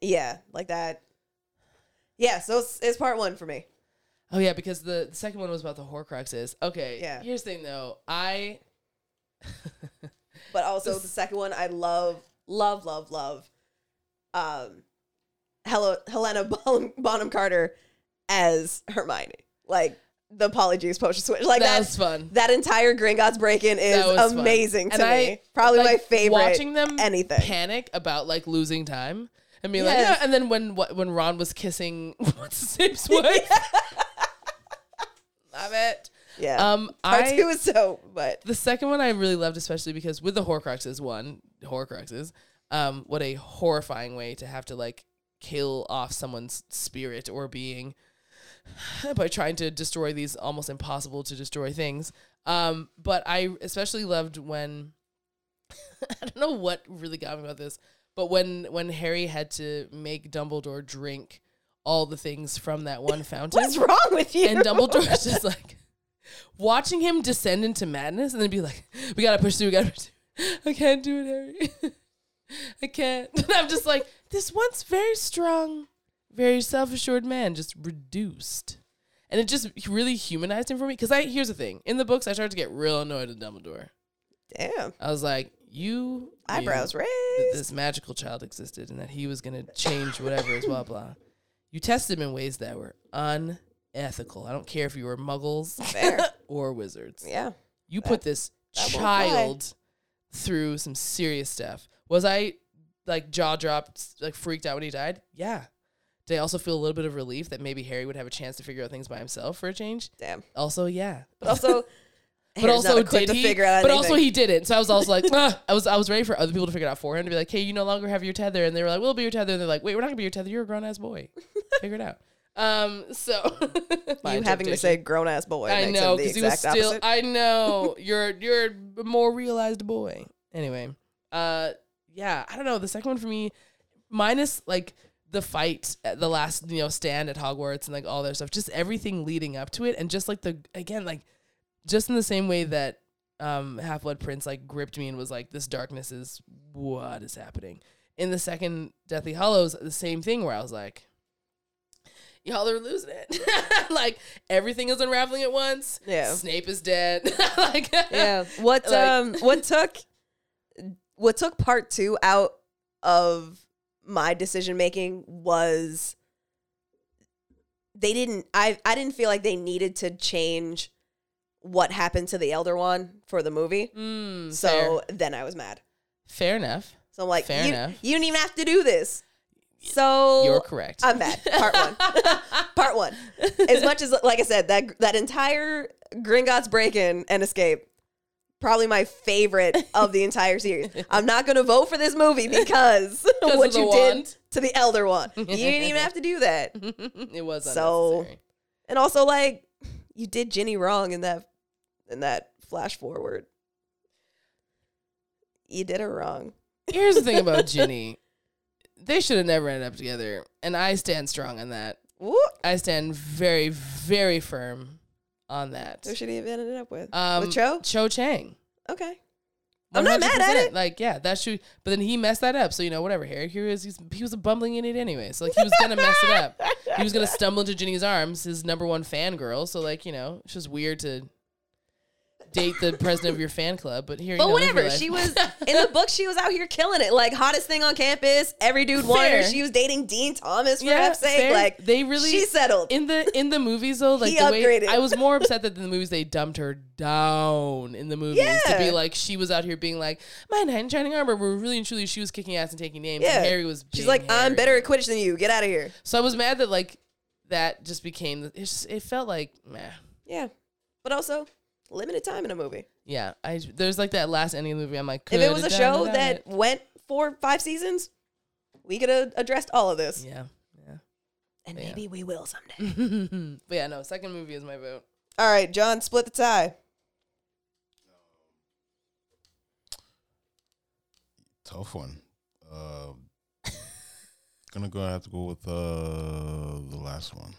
[SPEAKER 9] Yeah, like that. Yeah, so it's, it's part one for me.
[SPEAKER 10] Oh yeah, because the, the second one was about the Horcruxes. Okay.
[SPEAKER 9] Yeah.
[SPEAKER 10] Here's the thing though. I.
[SPEAKER 9] But also the second one, I love, love, love, love. Um, Hello, Helena Bonham, Bonham Carter as Hermione, like the Polyjuice potion switch, like
[SPEAKER 10] That
[SPEAKER 9] that.
[SPEAKER 10] was fun.
[SPEAKER 9] That entire Gringotts break in
[SPEAKER 10] That was
[SPEAKER 9] is
[SPEAKER 10] fun.
[SPEAKER 9] amazing
[SPEAKER 10] And
[SPEAKER 9] to
[SPEAKER 10] I-
[SPEAKER 9] me. Probably my
[SPEAKER 10] like,
[SPEAKER 9] favorite.
[SPEAKER 10] Watching them
[SPEAKER 9] anything.
[SPEAKER 10] panic about like losing time and being
[SPEAKER 9] Yes.
[SPEAKER 10] like, yeah. And then when what, when Ron was kissing what's his name's wife, love it.
[SPEAKER 9] yeah.
[SPEAKER 10] Um,
[SPEAKER 9] Part
[SPEAKER 10] I
[SPEAKER 9] two is so, but
[SPEAKER 10] the second one I really loved, especially because with the Horcruxes one, Horcruxes, um, what a horrifying way to have to like kill off someone's spirit or being by trying to destroy these almost impossible to destroy things. Um, but I especially loved when I don't know what really got me about this, but when when Harry had to make Dumbledore drink all the things from that one fountain.
[SPEAKER 9] what's wrong with you?
[SPEAKER 10] And Dumbledore's just like watching him descend into madness and then be like, we gotta push through, we gotta push through. I can't do it, Harry. I can't. And I'm just like, this once very strong, very self assured man just reduced and it just really humanized him for me. Because I here's the thing: in the books, I started to get real annoyed at Dumbledore.
[SPEAKER 9] Damn.
[SPEAKER 10] I was like, you
[SPEAKER 9] Eyebrows
[SPEAKER 10] knew that This magical child existed, and that he was gonna change whatever is blah blah. You tested him in ways that were unethical. I don't care if you were muggles or wizards.
[SPEAKER 9] Yeah.
[SPEAKER 10] You put this
[SPEAKER 9] that won't fly.
[SPEAKER 10] child through some serious stuff. Was I like jaw dropped, like freaked out when he died? Yeah. Did I also feel a little bit of relief that maybe Harry would have a chance to figure out things by himself for a change?
[SPEAKER 9] Damn.
[SPEAKER 10] Also, yeah.
[SPEAKER 9] But also,
[SPEAKER 10] But
[SPEAKER 9] Harry's not
[SPEAKER 10] also,
[SPEAKER 9] equipped
[SPEAKER 10] did
[SPEAKER 9] to
[SPEAKER 10] he?
[SPEAKER 9] figure out
[SPEAKER 10] But also,
[SPEAKER 9] anything.
[SPEAKER 10] he didn't. So I was also like, "Ah." I was, I was ready for other people to figure it out for him to be like, "Hey, you no longer have your tether," and they were like, "We'll be your tether." And they're like, "Wait, we're not gonna be your tether. You're a grown ass boy. Figure it out." Um, so
[SPEAKER 9] you having to say grown ass boy.
[SPEAKER 10] I
[SPEAKER 9] makes
[SPEAKER 10] know
[SPEAKER 9] him the
[SPEAKER 10] because he was
[SPEAKER 9] exact
[SPEAKER 10] still.
[SPEAKER 9] opposite.
[SPEAKER 10] I know you're you're a more realized boy. Anyway, uh, yeah, I don't know. The second one for me, minus like the fight, at the last you know stand at Hogwarts and like all their stuff, just everything leading up to it, and just like the again like just in the same way that um Half Blood Prince like gripped me and was like, "This darkness is what is happening." In the second Deathly Hollows, the same thing where I was like, y'all are losing it. like everything is unraveling at once.
[SPEAKER 9] Yeah.
[SPEAKER 10] Snape is dead. like
[SPEAKER 9] yeah. What
[SPEAKER 10] Like-
[SPEAKER 9] um what took what took part 2 out of my decision making was they didn't I I didn't feel like they needed to change what happened to the elder one for the movie.
[SPEAKER 10] Mm,
[SPEAKER 9] so then I was mad.
[SPEAKER 10] Fair enough.
[SPEAKER 9] So I'm like
[SPEAKER 10] Fair
[SPEAKER 9] you,
[SPEAKER 10] enough.
[SPEAKER 9] you didn't even have to do this. So
[SPEAKER 10] You're correct.
[SPEAKER 9] I'm mad. Part one. Part one. As much as like I said, that that entire Gringotts break in and escape, probably my favorite of the entire series. I'm not gonna vote for this movie because
[SPEAKER 10] of
[SPEAKER 9] what
[SPEAKER 10] the
[SPEAKER 9] you
[SPEAKER 10] wand. Mm-hmm.
[SPEAKER 9] did to the elder one. You didn't even have to do that.
[SPEAKER 10] it was
[SPEAKER 9] So-
[SPEAKER 10] unnecessary.
[SPEAKER 9] And also like you did Ginny wrong in that in that flash forward. You did her wrong.
[SPEAKER 10] Here's the thing about Ginny. They should have never ended up together. And I stand strong on that.
[SPEAKER 9] Whoop.
[SPEAKER 10] I stand very, very firm on that.
[SPEAKER 9] Who should he have ended up with?
[SPEAKER 10] Um,
[SPEAKER 9] with Cho?
[SPEAKER 10] Cho Chang.
[SPEAKER 9] Okay. I'm not mad at
[SPEAKER 10] 100%.
[SPEAKER 9] it.
[SPEAKER 10] Like, yeah, that should. But then he messed that up. So you know, whatever. Harry, here is he's, he was a bumbling idiot anyway. So like, he was gonna mess it up. He was gonna stumble into Ginny's arms, his number one fangirl. So like, you know, it's just weird to date the president of your fan club. But here,
[SPEAKER 9] But
[SPEAKER 10] you know, in
[SPEAKER 9] whatever,
[SPEAKER 10] real life-
[SPEAKER 9] she was in the book. She was out here killing it, like hottest thing on campus. Every dude wanted her.
[SPEAKER 10] Fair.
[SPEAKER 9] She was dating Dean Thomas for
[SPEAKER 10] Yeah,
[SPEAKER 9] F's sake.
[SPEAKER 10] fair.
[SPEAKER 9] Like
[SPEAKER 10] they really
[SPEAKER 9] she settled.
[SPEAKER 10] in the in the movies though. Like
[SPEAKER 9] He
[SPEAKER 10] the way
[SPEAKER 9] upgraded.
[SPEAKER 10] I was more upset that in the movies they dumped her down in the movies to be
[SPEAKER 9] Yeah.
[SPEAKER 10] like she was out here being like my knight in shining armor. Where really and truly she was kicking ass and taking names.
[SPEAKER 9] yeah,
[SPEAKER 10] and Harry was.
[SPEAKER 9] She's
[SPEAKER 10] being
[SPEAKER 9] like, I'm
[SPEAKER 10] Harry.
[SPEAKER 9] better at Quidditch than you. Get out of here.
[SPEAKER 10] So I was mad that like that just became the- it's just, it felt like meh.
[SPEAKER 9] Yeah, but also limited time in a movie.
[SPEAKER 10] Yeah, I there's like that last ending of the movie. I'm like,
[SPEAKER 9] If it was a
[SPEAKER 10] "Coulda
[SPEAKER 9] show
[SPEAKER 10] done
[SPEAKER 9] that
[SPEAKER 10] it."
[SPEAKER 9] went for five seasons, we could have addressed all of this,
[SPEAKER 10] yeah, yeah,
[SPEAKER 9] and
[SPEAKER 10] Yeah.
[SPEAKER 9] maybe we will someday.
[SPEAKER 10] but yeah, no, second movie is my vote.
[SPEAKER 9] all right, John, split the tie.
[SPEAKER 4] Tough one. Uh, gonna go. Have to go with uh, the last one,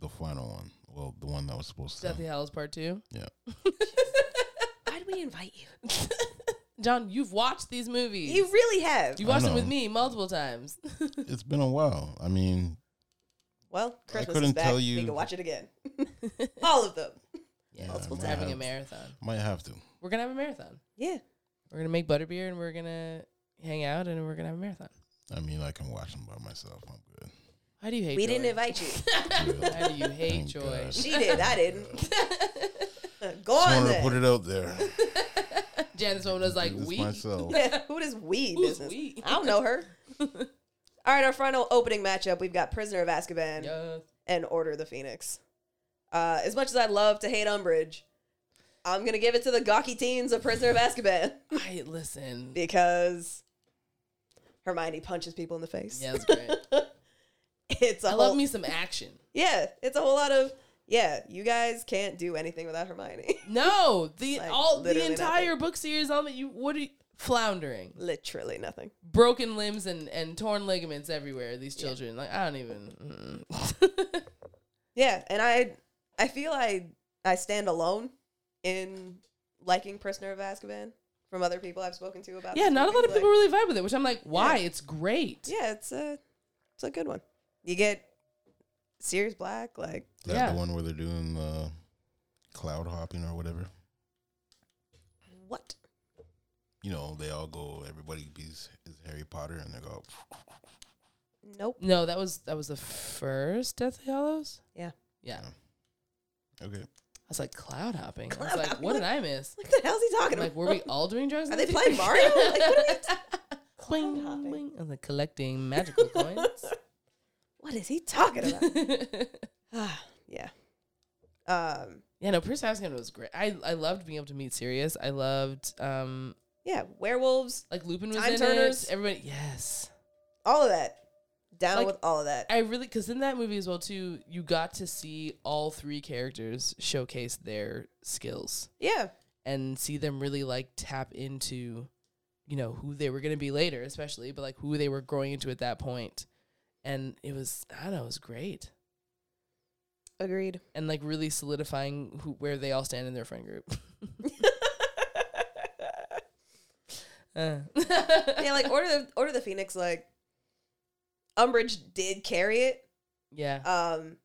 [SPEAKER 4] the final one. Well, the one that was supposed to.
[SPEAKER 10] Deathly Hallows Part Two.
[SPEAKER 4] Yeah.
[SPEAKER 9] Why did we invite you?
[SPEAKER 10] John, you've watched these movies.
[SPEAKER 9] You really have.
[SPEAKER 10] You
[SPEAKER 4] I
[SPEAKER 10] watched them with
[SPEAKER 4] know.
[SPEAKER 10] me multiple times.
[SPEAKER 4] It's been a while. I mean,
[SPEAKER 9] Well, Christmas is
[SPEAKER 4] couldn't
[SPEAKER 9] back.
[SPEAKER 4] tell
[SPEAKER 9] We
[SPEAKER 4] you-
[SPEAKER 9] can watch it again. all of them.
[SPEAKER 10] yeah,
[SPEAKER 4] Multiple
[SPEAKER 10] we're
[SPEAKER 4] times.
[SPEAKER 10] having a marathon.
[SPEAKER 4] might have to.
[SPEAKER 10] We're gonna have a marathon.
[SPEAKER 9] Yeah.
[SPEAKER 10] We're gonna make butterbeer and we're gonna hang out and we're gonna have a marathon.
[SPEAKER 4] I mean, I can watch them by myself. I'm good.
[SPEAKER 10] How do you hate?
[SPEAKER 9] We
[SPEAKER 10] Joy?
[SPEAKER 9] didn't invite you.
[SPEAKER 10] How do you hate
[SPEAKER 4] Thank
[SPEAKER 10] Joy?
[SPEAKER 4] God.
[SPEAKER 9] She did. I didn't. Go
[SPEAKER 4] Just wanted
[SPEAKER 9] on
[SPEAKER 4] to
[SPEAKER 9] then.
[SPEAKER 4] put it out there.
[SPEAKER 10] Janice woman was like,
[SPEAKER 4] This
[SPEAKER 10] we.
[SPEAKER 4] myself.
[SPEAKER 9] Who does we
[SPEAKER 10] Who's
[SPEAKER 9] business?
[SPEAKER 10] we?
[SPEAKER 9] I don't know her. All right, our final opening matchup. We've got Prisoner of Azkaban
[SPEAKER 10] Yeah.
[SPEAKER 9] and Order of the Phoenix. Uh, as much as I love to hate Umbridge, I'm gonna give it to the gawky teens of Prisoner of Azkaban
[SPEAKER 10] I listen.
[SPEAKER 9] because Hermione punches people in the face.
[SPEAKER 10] Yeah, that's great.
[SPEAKER 9] It's a
[SPEAKER 10] I
[SPEAKER 9] whole,
[SPEAKER 10] love me some action.
[SPEAKER 9] Yeah, it's a whole lot of yeah. You guys can't do anything without Hermione.
[SPEAKER 10] No, the
[SPEAKER 9] Like,
[SPEAKER 10] all the
[SPEAKER 9] literally
[SPEAKER 10] entire
[SPEAKER 9] nothing.
[SPEAKER 10] book series on that you what are you floundering,
[SPEAKER 9] Literally nothing.
[SPEAKER 10] broken limbs and and torn ligaments everywhere. These children, like I don't even. mm.
[SPEAKER 9] Yeah, and I I feel I I stand alone in liking Prisoner of Azkaban from other people I've spoken to about.
[SPEAKER 10] yeah,
[SPEAKER 9] this
[SPEAKER 10] not a
[SPEAKER 9] movie.
[SPEAKER 10] lot of people
[SPEAKER 9] Like,
[SPEAKER 10] really vibe with it, which I'm like, why? It's great.
[SPEAKER 9] yeah, it's a it's a good one. You get Sirius Black? Like,
[SPEAKER 4] Is that the one where they're doing uh, cloud hopping or whatever?
[SPEAKER 9] What?
[SPEAKER 4] You know, they all go. Everybody is, is Harry Potter, and they go.
[SPEAKER 9] Nope.
[SPEAKER 10] No, that was that was the first Deathly Hollows.
[SPEAKER 9] Yeah.
[SPEAKER 10] Yeah.
[SPEAKER 4] Okay.
[SPEAKER 10] I was like cloud hopping. I was like, what did I miss?
[SPEAKER 9] What the hell's he talking
[SPEAKER 10] I'm like,
[SPEAKER 9] about?
[SPEAKER 10] were we all doing drugs?
[SPEAKER 9] Are they playing Mario? Like, what are you
[SPEAKER 10] Cloud hopping. I was like collecting magical coins.
[SPEAKER 9] What is he talking about? Ah, yeah. Um.
[SPEAKER 10] Yeah, no, Pierce Askin was great. I, I loved being able to meet Sirius. I loved um
[SPEAKER 9] Yeah, werewolves,
[SPEAKER 10] like Lupin was
[SPEAKER 9] time
[SPEAKER 10] in
[SPEAKER 9] turners,
[SPEAKER 10] it. Everybody, yes.
[SPEAKER 9] all of that. Down
[SPEAKER 10] Like,
[SPEAKER 9] with all of that.
[SPEAKER 10] I really because in that movie as well too, you got to see all three characters showcase their skills
[SPEAKER 9] Yeah.
[SPEAKER 10] and see them really like tap into, you know, who they were gonna be later, especially, but like who they were growing into at that point. And it was I don't know, it was great.
[SPEAKER 9] Agreed.
[SPEAKER 10] And like really solidifying who where they all stand in their friend group. Uh.
[SPEAKER 9] yeah, like Order of, Order of the Phoenix, like Umbridge did carry it.
[SPEAKER 10] Yeah.
[SPEAKER 9] Um,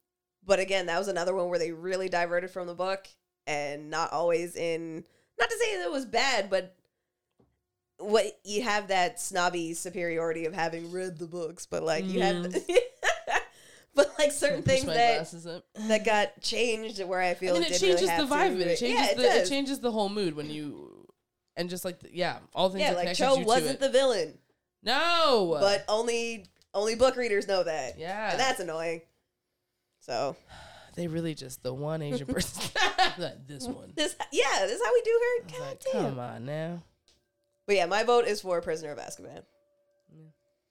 [SPEAKER 9] but again, that was another one where they really diverted from the book and not always in not to say that it was bad, but what you have that snobby superiority of having read the books, but like you have but like certain
[SPEAKER 10] Mm. Push
[SPEAKER 9] things
[SPEAKER 10] my
[SPEAKER 9] that
[SPEAKER 10] glasses up.
[SPEAKER 9] that got changed where I feel
[SPEAKER 10] and
[SPEAKER 9] it
[SPEAKER 10] then it
[SPEAKER 9] didn't
[SPEAKER 10] changes
[SPEAKER 9] really have
[SPEAKER 10] the
[SPEAKER 9] to
[SPEAKER 10] vibe of it. It
[SPEAKER 9] be-
[SPEAKER 10] changes
[SPEAKER 9] yeah, it
[SPEAKER 10] the it
[SPEAKER 9] does.
[SPEAKER 10] changes the whole mood when you and just like the, yeah, all things.
[SPEAKER 9] yeah,
[SPEAKER 10] that
[SPEAKER 9] like
[SPEAKER 10] connected
[SPEAKER 9] Cho
[SPEAKER 10] you to
[SPEAKER 9] wasn't
[SPEAKER 10] it.
[SPEAKER 9] the villain,
[SPEAKER 10] no,
[SPEAKER 9] but only only book readers know that.
[SPEAKER 10] Yeah.
[SPEAKER 9] and that's annoying. So
[SPEAKER 10] they really just the one Asian person. Like, this one,
[SPEAKER 9] this, yeah, this is how we do her. God
[SPEAKER 10] like,
[SPEAKER 9] damn.
[SPEAKER 10] come on now,
[SPEAKER 9] But yeah, my vote is for Prisoner of Azkaban.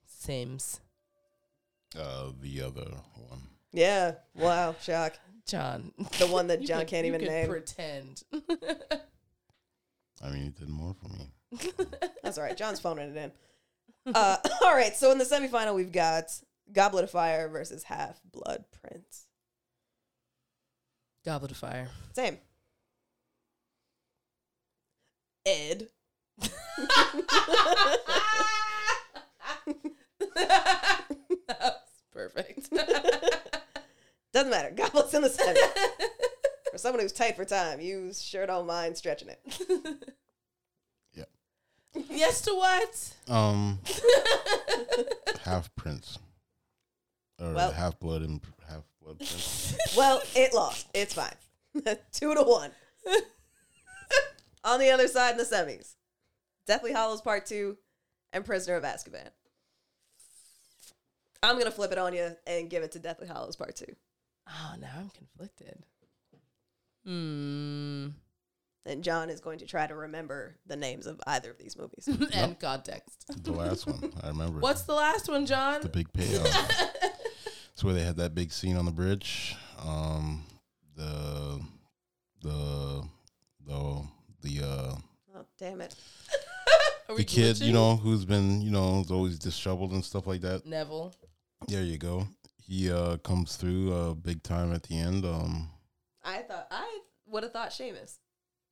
[SPEAKER 10] Sims,
[SPEAKER 4] Uh, the other one.
[SPEAKER 9] Yeah. Wow. Shock.
[SPEAKER 10] John,
[SPEAKER 9] The one that
[SPEAKER 10] You
[SPEAKER 9] John
[SPEAKER 10] could-
[SPEAKER 9] can't
[SPEAKER 10] you
[SPEAKER 9] even
[SPEAKER 10] could
[SPEAKER 9] name.
[SPEAKER 10] Pretend.
[SPEAKER 4] I mean, it did more for me.
[SPEAKER 9] That's all right. John's phoning it in. Uh, all right. So in the semifinal, we've got Goblet of Fire versus Half Blood Prince.
[SPEAKER 10] Goblet of Fire.
[SPEAKER 9] Same. Ed.
[SPEAKER 10] Perfect.
[SPEAKER 9] Doesn't matter. Goblet's in the semi. for someone who's tight for time, you sure don't mind stretching it.
[SPEAKER 10] yes to what?
[SPEAKER 4] Um, half prince, or
[SPEAKER 9] Well-
[SPEAKER 4] half blood and half blood prince.
[SPEAKER 9] Well, it lost. It's fine. Two to one. On the other side in the semis, Deathly Hollows Part Two and Prisoner of Azkaban. I'm gonna flip it on you and give it to Deathly Hollows Part Two,
[SPEAKER 10] Oh, now I'm conflicted. Hmm.
[SPEAKER 9] and John is going to try to remember the names of either of these movies.
[SPEAKER 10] and context.
[SPEAKER 4] the last one I remember.
[SPEAKER 10] What's the last one, John?
[SPEAKER 4] the big payoff? it's where they had that big scene on the bridge. Um, the the the the uh
[SPEAKER 9] oh damn it!
[SPEAKER 10] Are
[SPEAKER 4] the
[SPEAKER 10] we
[SPEAKER 4] kid, you
[SPEAKER 10] glitching?
[SPEAKER 4] know, who's been you know is always disheveled and stuff like that.
[SPEAKER 10] Neville. Mm-hmm.
[SPEAKER 4] There you go. He uh comes through uh big time at the end. Um,
[SPEAKER 9] I thought I would have thought Seamus.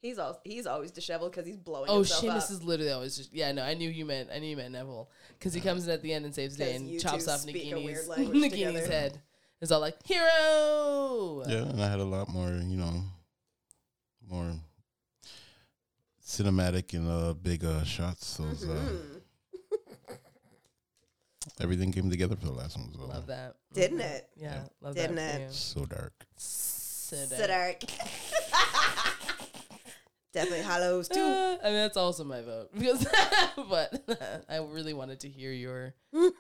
[SPEAKER 9] He's all he's always disheveled because he's blowing.
[SPEAKER 10] Oh,
[SPEAKER 9] himself
[SPEAKER 10] Seamus
[SPEAKER 9] up.
[SPEAKER 10] is literally always just yeah. No, I knew you meant I knew you meant Neville because he
[SPEAKER 4] Uh,
[SPEAKER 10] comes in at the end and saves the day
[SPEAKER 9] 'Cause
[SPEAKER 10] and
[SPEAKER 9] you
[SPEAKER 10] chops
[SPEAKER 9] two
[SPEAKER 10] off
[SPEAKER 9] speak a weird
[SPEAKER 10] Nagini's
[SPEAKER 9] language
[SPEAKER 10] Nagini's
[SPEAKER 9] together.
[SPEAKER 10] head. It's all like hero.
[SPEAKER 4] yeah, and I had a lot more, you know, more cinematic and uh big uh shots. So it's, uh,
[SPEAKER 10] Mm-hmm.
[SPEAKER 4] everything came together for the last one. So
[SPEAKER 10] Love that.
[SPEAKER 9] Didn't it?
[SPEAKER 10] Yeah, love
[SPEAKER 9] Didn't
[SPEAKER 10] that.
[SPEAKER 9] it?
[SPEAKER 4] so dark.
[SPEAKER 9] Sidark. Deathly Hollows
[SPEAKER 10] Too.
[SPEAKER 9] Two.
[SPEAKER 10] Eh, I mean, that's also my vote because, but I really wanted to hear your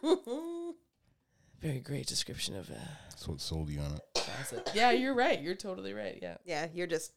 [SPEAKER 10] very great description of. Uh,
[SPEAKER 4] That's what sold you on it.
[SPEAKER 10] Bassett. yeah, you're right. You're totally right. Yeah.
[SPEAKER 9] Yeah, you're just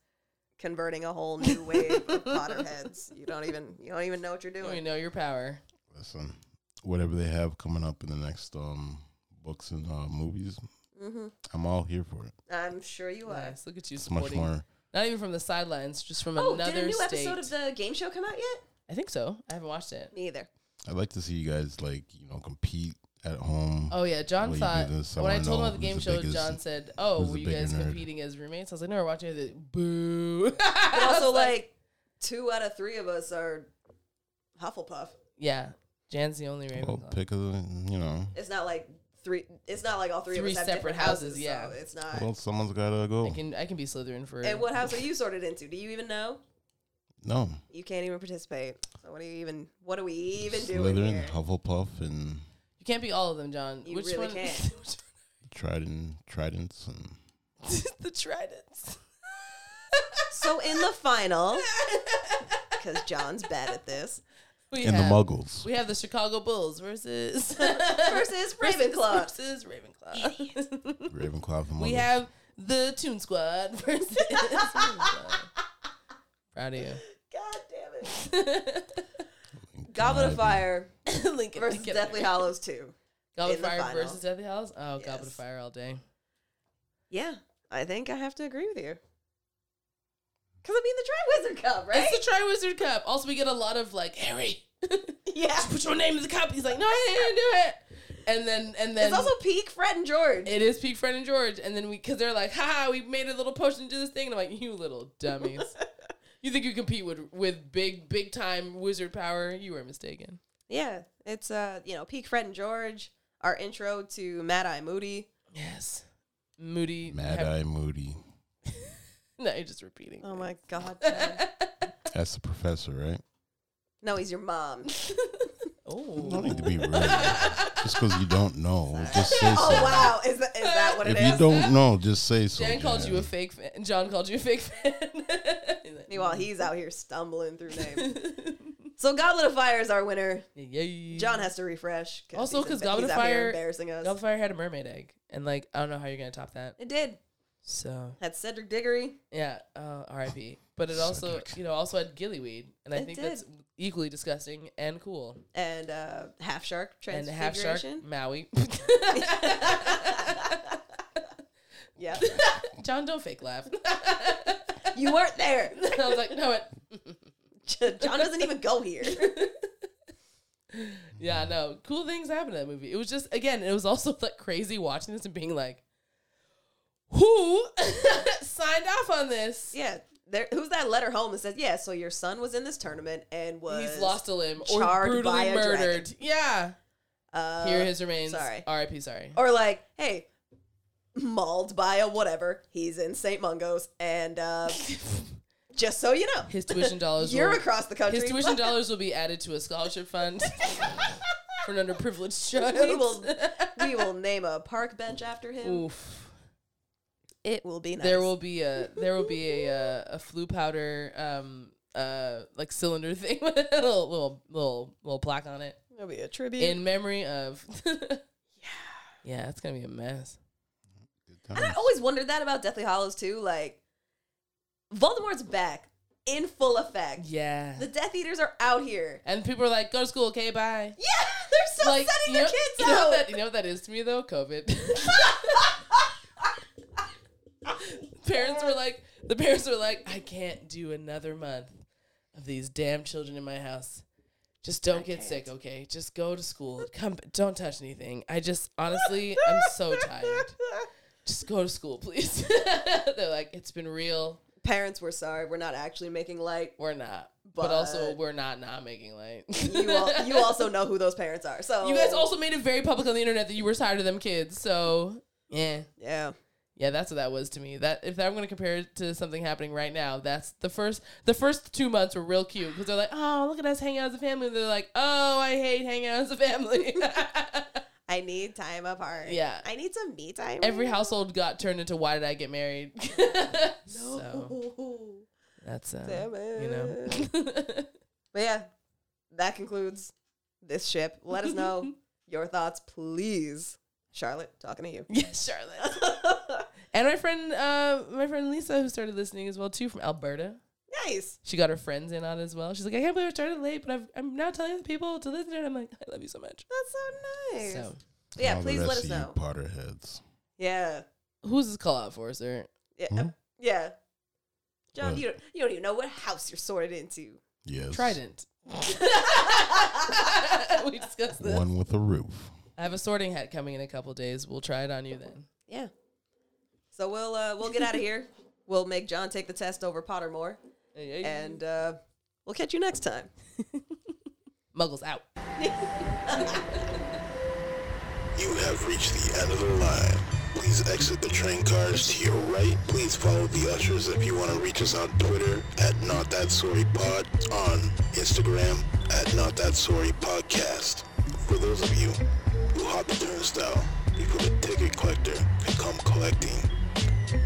[SPEAKER 9] converting a whole new wave of Potterheads. You don't even you don't even know what you're
[SPEAKER 10] We
[SPEAKER 9] doing.
[SPEAKER 10] know your power.
[SPEAKER 4] Listen, um, whatever they have coming up in the next um books and uh, movies,
[SPEAKER 10] Mm-hmm.
[SPEAKER 9] Mhm.
[SPEAKER 4] I'm all here for it.
[SPEAKER 9] I'm sure you are.
[SPEAKER 10] Nice. Look at you
[SPEAKER 4] It's much
[SPEAKER 10] supporting.
[SPEAKER 4] more.
[SPEAKER 10] Not even from the sidelines, just from
[SPEAKER 9] Oh,
[SPEAKER 10] another
[SPEAKER 9] did a new
[SPEAKER 10] state.
[SPEAKER 9] episode of the game show come out yet?
[SPEAKER 10] I think so. I haven't watched it.
[SPEAKER 9] Me either.
[SPEAKER 4] I'd like to see you guys like you know compete at home.
[SPEAKER 10] Oh yeah, John
[SPEAKER 4] Well, you
[SPEAKER 10] thought
[SPEAKER 4] do this, I
[SPEAKER 10] when I
[SPEAKER 4] wanna
[SPEAKER 10] told him
[SPEAKER 4] know
[SPEAKER 10] about the
[SPEAKER 4] who's
[SPEAKER 10] game
[SPEAKER 4] the
[SPEAKER 10] show,
[SPEAKER 4] biggest-
[SPEAKER 10] John said, "Oh,
[SPEAKER 4] who's
[SPEAKER 10] were
[SPEAKER 4] the
[SPEAKER 10] you guys
[SPEAKER 4] bigger nerd?"
[SPEAKER 10] competing as roommates?" I was like, "No, we're watching it." He's like, Boo!
[SPEAKER 9] But also like, two out of three of us are Hufflepuff.
[SPEAKER 10] yeah, Jan's the only Ravenclaw.
[SPEAKER 4] Well, pick a you know
[SPEAKER 9] It's not like three. It's not like all three,
[SPEAKER 10] Three
[SPEAKER 9] of us have
[SPEAKER 10] separate
[SPEAKER 9] different
[SPEAKER 10] houses,
[SPEAKER 9] houses.
[SPEAKER 10] yeah.
[SPEAKER 9] so it's not.
[SPEAKER 4] Well, someone's gotta go.
[SPEAKER 10] I can I can be Slytherin for.
[SPEAKER 9] and what house are you sorted into? Do you even know?
[SPEAKER 4] No,
[SPEAKER 9] You can't even participate. So what are you even? What are we even doing
[SPEAKER 4] Slytherin,
[SPEAKER 9] here?
[SPEAKER 4] Hufflepuff, and
[SPEAKER 10] You can't be all of them, John.
[SPEAKER 9] You
[SPEAKER 10] Which
[SPEAKER 9] really
[SPEAKER 10] one?
[SPEAKER 9] can't.
[SPEAKER 4] Trident, Tridents, and
[SPEAKER 10] the tridents.
[SPEAKER 9] so in the final, because John's bad at this,
[SPEAKER 10] We
[SPEAKER 4] And the Muggles.
[SPEAKER 10] We have the Chicago Bulls versus
[SPEAKER 9] versus Ravenclaw.
[SPEAKER 10] versus Ravenclaw.
[SPEAKER 4] Ravenclaw. And
[SPEAKER 10] we
[SPEAKER 4] Muggles.
[SPEAKER 10] have the Toon Squad versus. Proud of you.
[SPEAKER 9] God damn it! Goblet
[SPEAKER 4] Uh,
[SPEAKER 9] of Fire
[SPEAKER 10] Lincoln,
[SPEAKER 9] versus
[SPEAKER 10] Lincoln.
[SPEAKER 9] Deathly Hollows Two.
[SPEAKER 10] Goblet
[SPEAKER 9] in
[SPEAKER 10] of
[SPEAKER 9] the
[SPEAKER 10] Fire
[SPEAKER 9] final.
[SPEAKER 10] versus Deathly Hallows. Oh, Goblet of Fire all day.
[SPEAKER 9] Yeah, I think I have to agree with you. Because I mean, the Triwizard Cup, right?
[SPEAKER 10] It's the Triwizard Cup. Also, we get a lot of like Harry.
[SPEAKER 9] yeah,
[SPEAKER 10] put your name in the cup. He's like, no, I didn't do it. And then and then
[SPEAKER 9] it's also peak Fred and George.
[SPEAKER 10] It is peak Fred and George, and then we because they're like, "Ha, we made a little potion to do this thing," and I'm like, "You little dummies! you think you compete with with big big time wizard power? You were mistaken."
[SPEAKER 9] Yeah, it's uh, you know, peak Fred and George. Our intro to Mad Eye Moody.
[SPEAKER 10] Yes, Moody.
[SPEAKER 4] Mad
[SPEAKER 10] have-
[SPEAKER 4] Eye Moody.
[SPEAKER 10] No, you're just repeating.
[SPEAKER 9] Oh my God. Dad.
[SPEAKER 4] That's the professor, right?
[SPEAKER 9] no, he's your mom.
[SPEAKER 10] oh.
[SPEAKER 4] Don't need to be rude. just because you don't know, just say so.
[SPEAKER 9] Oh wow, is that, is that what
[SPEAKER 4] If
[SPEAKER 9] it is?
[SPEAKER 4] you don't know, just say so.
[SPEAKER 10] Jan called you a
[SPEAKER 4] Jan.
[SPEAKER 10] fake fan. John called you a fake fan. He's like,
[SPEAKER 9] Meanwhile, he's out here stumbling through names. so Goblet of Fire is our winner.
[SPEAKER 10] Yay.
[SPEAKER 9] John has to refresh.
[SPEAKER 10] also
[SPEAKER 9] he's
[SPEAKER 10] because
[SPEAKER 9] emba-
[SPEAKER 10] Goblet
[SPEAKER 9] he's
[SPEAKER 10] of
[SPEAKER 9] out here
[SPEAKER 10] Fire,
[SPEAKER 9] embarrassing us.
[SPEAKER 10] Goblet of Fire had a mermaid egg, and like I don't know how you're gonna top that.
[SPEAKER 9] It did.
[SPEAKER 10] So
[SPEAKER 9] Had Cedric Diggory.
[SPEAKER 10] Yeah, uh, R.I.P. But it also, you know, also had gillyweed, and I
[SPEAKER 9] It
[SPEAKER 10] think that's equally disgusting and cool.
[SPEAKER 9] and uh, half shark
[SPEAKER 10] And half shark
[SPEAKER 9] transfiguration.
[SPEAKER 10] Maui.
[SPEAKER 9] yeah,
[SPEAKER 10] John, don't fake laugh.
[SPEAKER 9] you weren't there.
[SPEAKER 10] I was like, no, it.
[SPEAKER 9] John doesn't even go here.
[SPEAKER 10] Yeah, no, cool things happen in that movie. It was just again, it was also like crazy watching this and being like, who signed off on this?
[SPEAKER 9] Yeah, there. Who's that letter home that says, "Yeah, so your son was in this tournament and was
[SPEAKER 10] He's lost a limb or
[SPEAKER 9] charred by
[SPEAKER 10] brutally
[SPEAKER 9] a dragon."
[SPEAKER 10] murdered. Yeah,
[SPEAKER 9] Uh,
[SPEAKER 10] here his remains.
[SPEAKER 9] Sorry,
[SPEAKER 10] R.I.P. Sorry.
[SPEAKER 9] or like, hey, mauled by a whatever. He's in St. Mungo's, and uh, just so you know,
[SPEAKER 10] His tuition dollars.
[SPEAKER 9] You're
[SPEAKER 10] will-
[SPEAKER 9] across the country.
[SPEAKER 10] His tuition dollars will be added to a scholarship fund for an underprivileged
[SPEAKER 9] we
[SPEAKER 10] child.
[SPEAKER 9] will, we will name a park bench after him.
[SPEAKER 10] Oof.
[SPEAKER 9] It will be nice.
[SPEAKER 10] There will be a there will be a uh, a flu powder um uh like cylinder thing with a little little little, little plaque on it
[SPEAKER 9] There'll be a tribute.
[SPEAKER 10] in memory of. yeah. Yeah, it's gonna be a mess.
[SPEAKER 9] I always wondered that about Deathly Hollows too. Like, Voldemort's back in full effect.
[SPEAKER 10] Yeah.
[SPEAKER 9] The Death Eaters are out here.
[SPEAKER 10] And people are like, "Go to school, okay? Bye."
[SPEAKER 9] Yeah, they're still
[SPEAKER 10] like,
[SPEAKER 9] setting
[SPEAKER 10] you
[SPEAKER 9] their
[SPEAKER 10] know-
[SPEAKER 9] kids
[SPEAKER 10] you know
[SPEAKER 9] out.
[SPEAKER 10] what that- you know what that is to me though? COVID. parents were like, the parents were like, I can't do another month of these damn children in my house. Just don't get sick, okay? Just go to school. Come, don't touch anything. I just honestly, I'm so tired. Just go to school, please. They're like, it's been real.
[SPEAKER 9] Parents, we're sorry. We're not actually making light.
[SPEAKER 10] We're not, but,
[SPEAKER 9] But-
[SPEAKER 10] also we're not not making light.
[SPEAKER 9] You, all, you also know who those parents are. So
[SPEAKER 10] You guys also made it very public on the internet that you were tired of them kids. So yeah,
[SPEAKER 9] yeah.
[SPEAKER 10] yeah, that's what that was to me. That if I'm going to compare it to something happening right now, that's the first. The first two months were real cute because they're like, oh, look at us hanging out as a family. And they're like, oh, I hate hanging out as a family.
[SPEAKER 9] I need time apart.
[SPEAKER 10] Yeah.
[SPEAKER 9] I need some me time.
[SPEAKER 10] Every household got turned into why did I get married? So that's uh,
[SPEAKER 9] Damn it.
[SPEAKER 10] you know.
[SPEAKER 9] But yeah, that concludes this ship. Let us know your thoughts, please. Charlotte, talking to you.
[SPEAKER 10] Yes, Charlotte. and my friend, uh, my friend Lisa, who started listening as well too from Alberta.
[SPEAKER 9] Nice.
[SPEAKER 10] She got her friends in on it as well. She's like, I can't believe I started late, but I've, I'm now telling other people to listen to it. I'm like, I love you so much.
[SPEAKER 9] That's so nice.
[SPEAKER 10] So,
[SPEAKER 9] But yeah,
[SPEAKER 4] All the
[SPEAKER 9] please
[SPEAKER 4] rest
[SPEAKER 9] let us
[SPEAKER 4] of
[SPEAKER 9] know.
[SPEAKER 4] You Potterheads.
[SPEAKER 9] Yeah.
[SPEAKER 10] who's this call out for, sir?
[SPEAKER 9] Yeah. uh, Yeah. John,
[SPEAKER 4] What?
[SPEAKER 9] you don't, you don't even know what house you're sorted into.
[SPEAKER 4] Yes.
[SPEAKER 10] Trident. we discussed this.
[SPEAKER 4] One with a roof.
[SPEAKER 10] I have a sorting hat coming in a couple days. We'll try it on you then.
[SPEAKER 9] Yeah. So we'll uh, we'll get out of here. We'll make John take the test over Pottermore, and uh, we'll catch you next time.
[SPEAKER 10] Muggles out.
[SPEAKER 4] You have reached the end of the line. Please exit the train cars to your right. Please follow the ushers if you want to reach us on Twitter at Not That Sorry Pod, on Instagram at Not That Sorry Podcast. For those of you who hop the turnstile before the ticket collector can come collecting,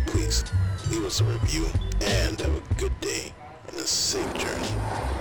[SPEAKER 4] please leave us a review and have a good day and a safe journey.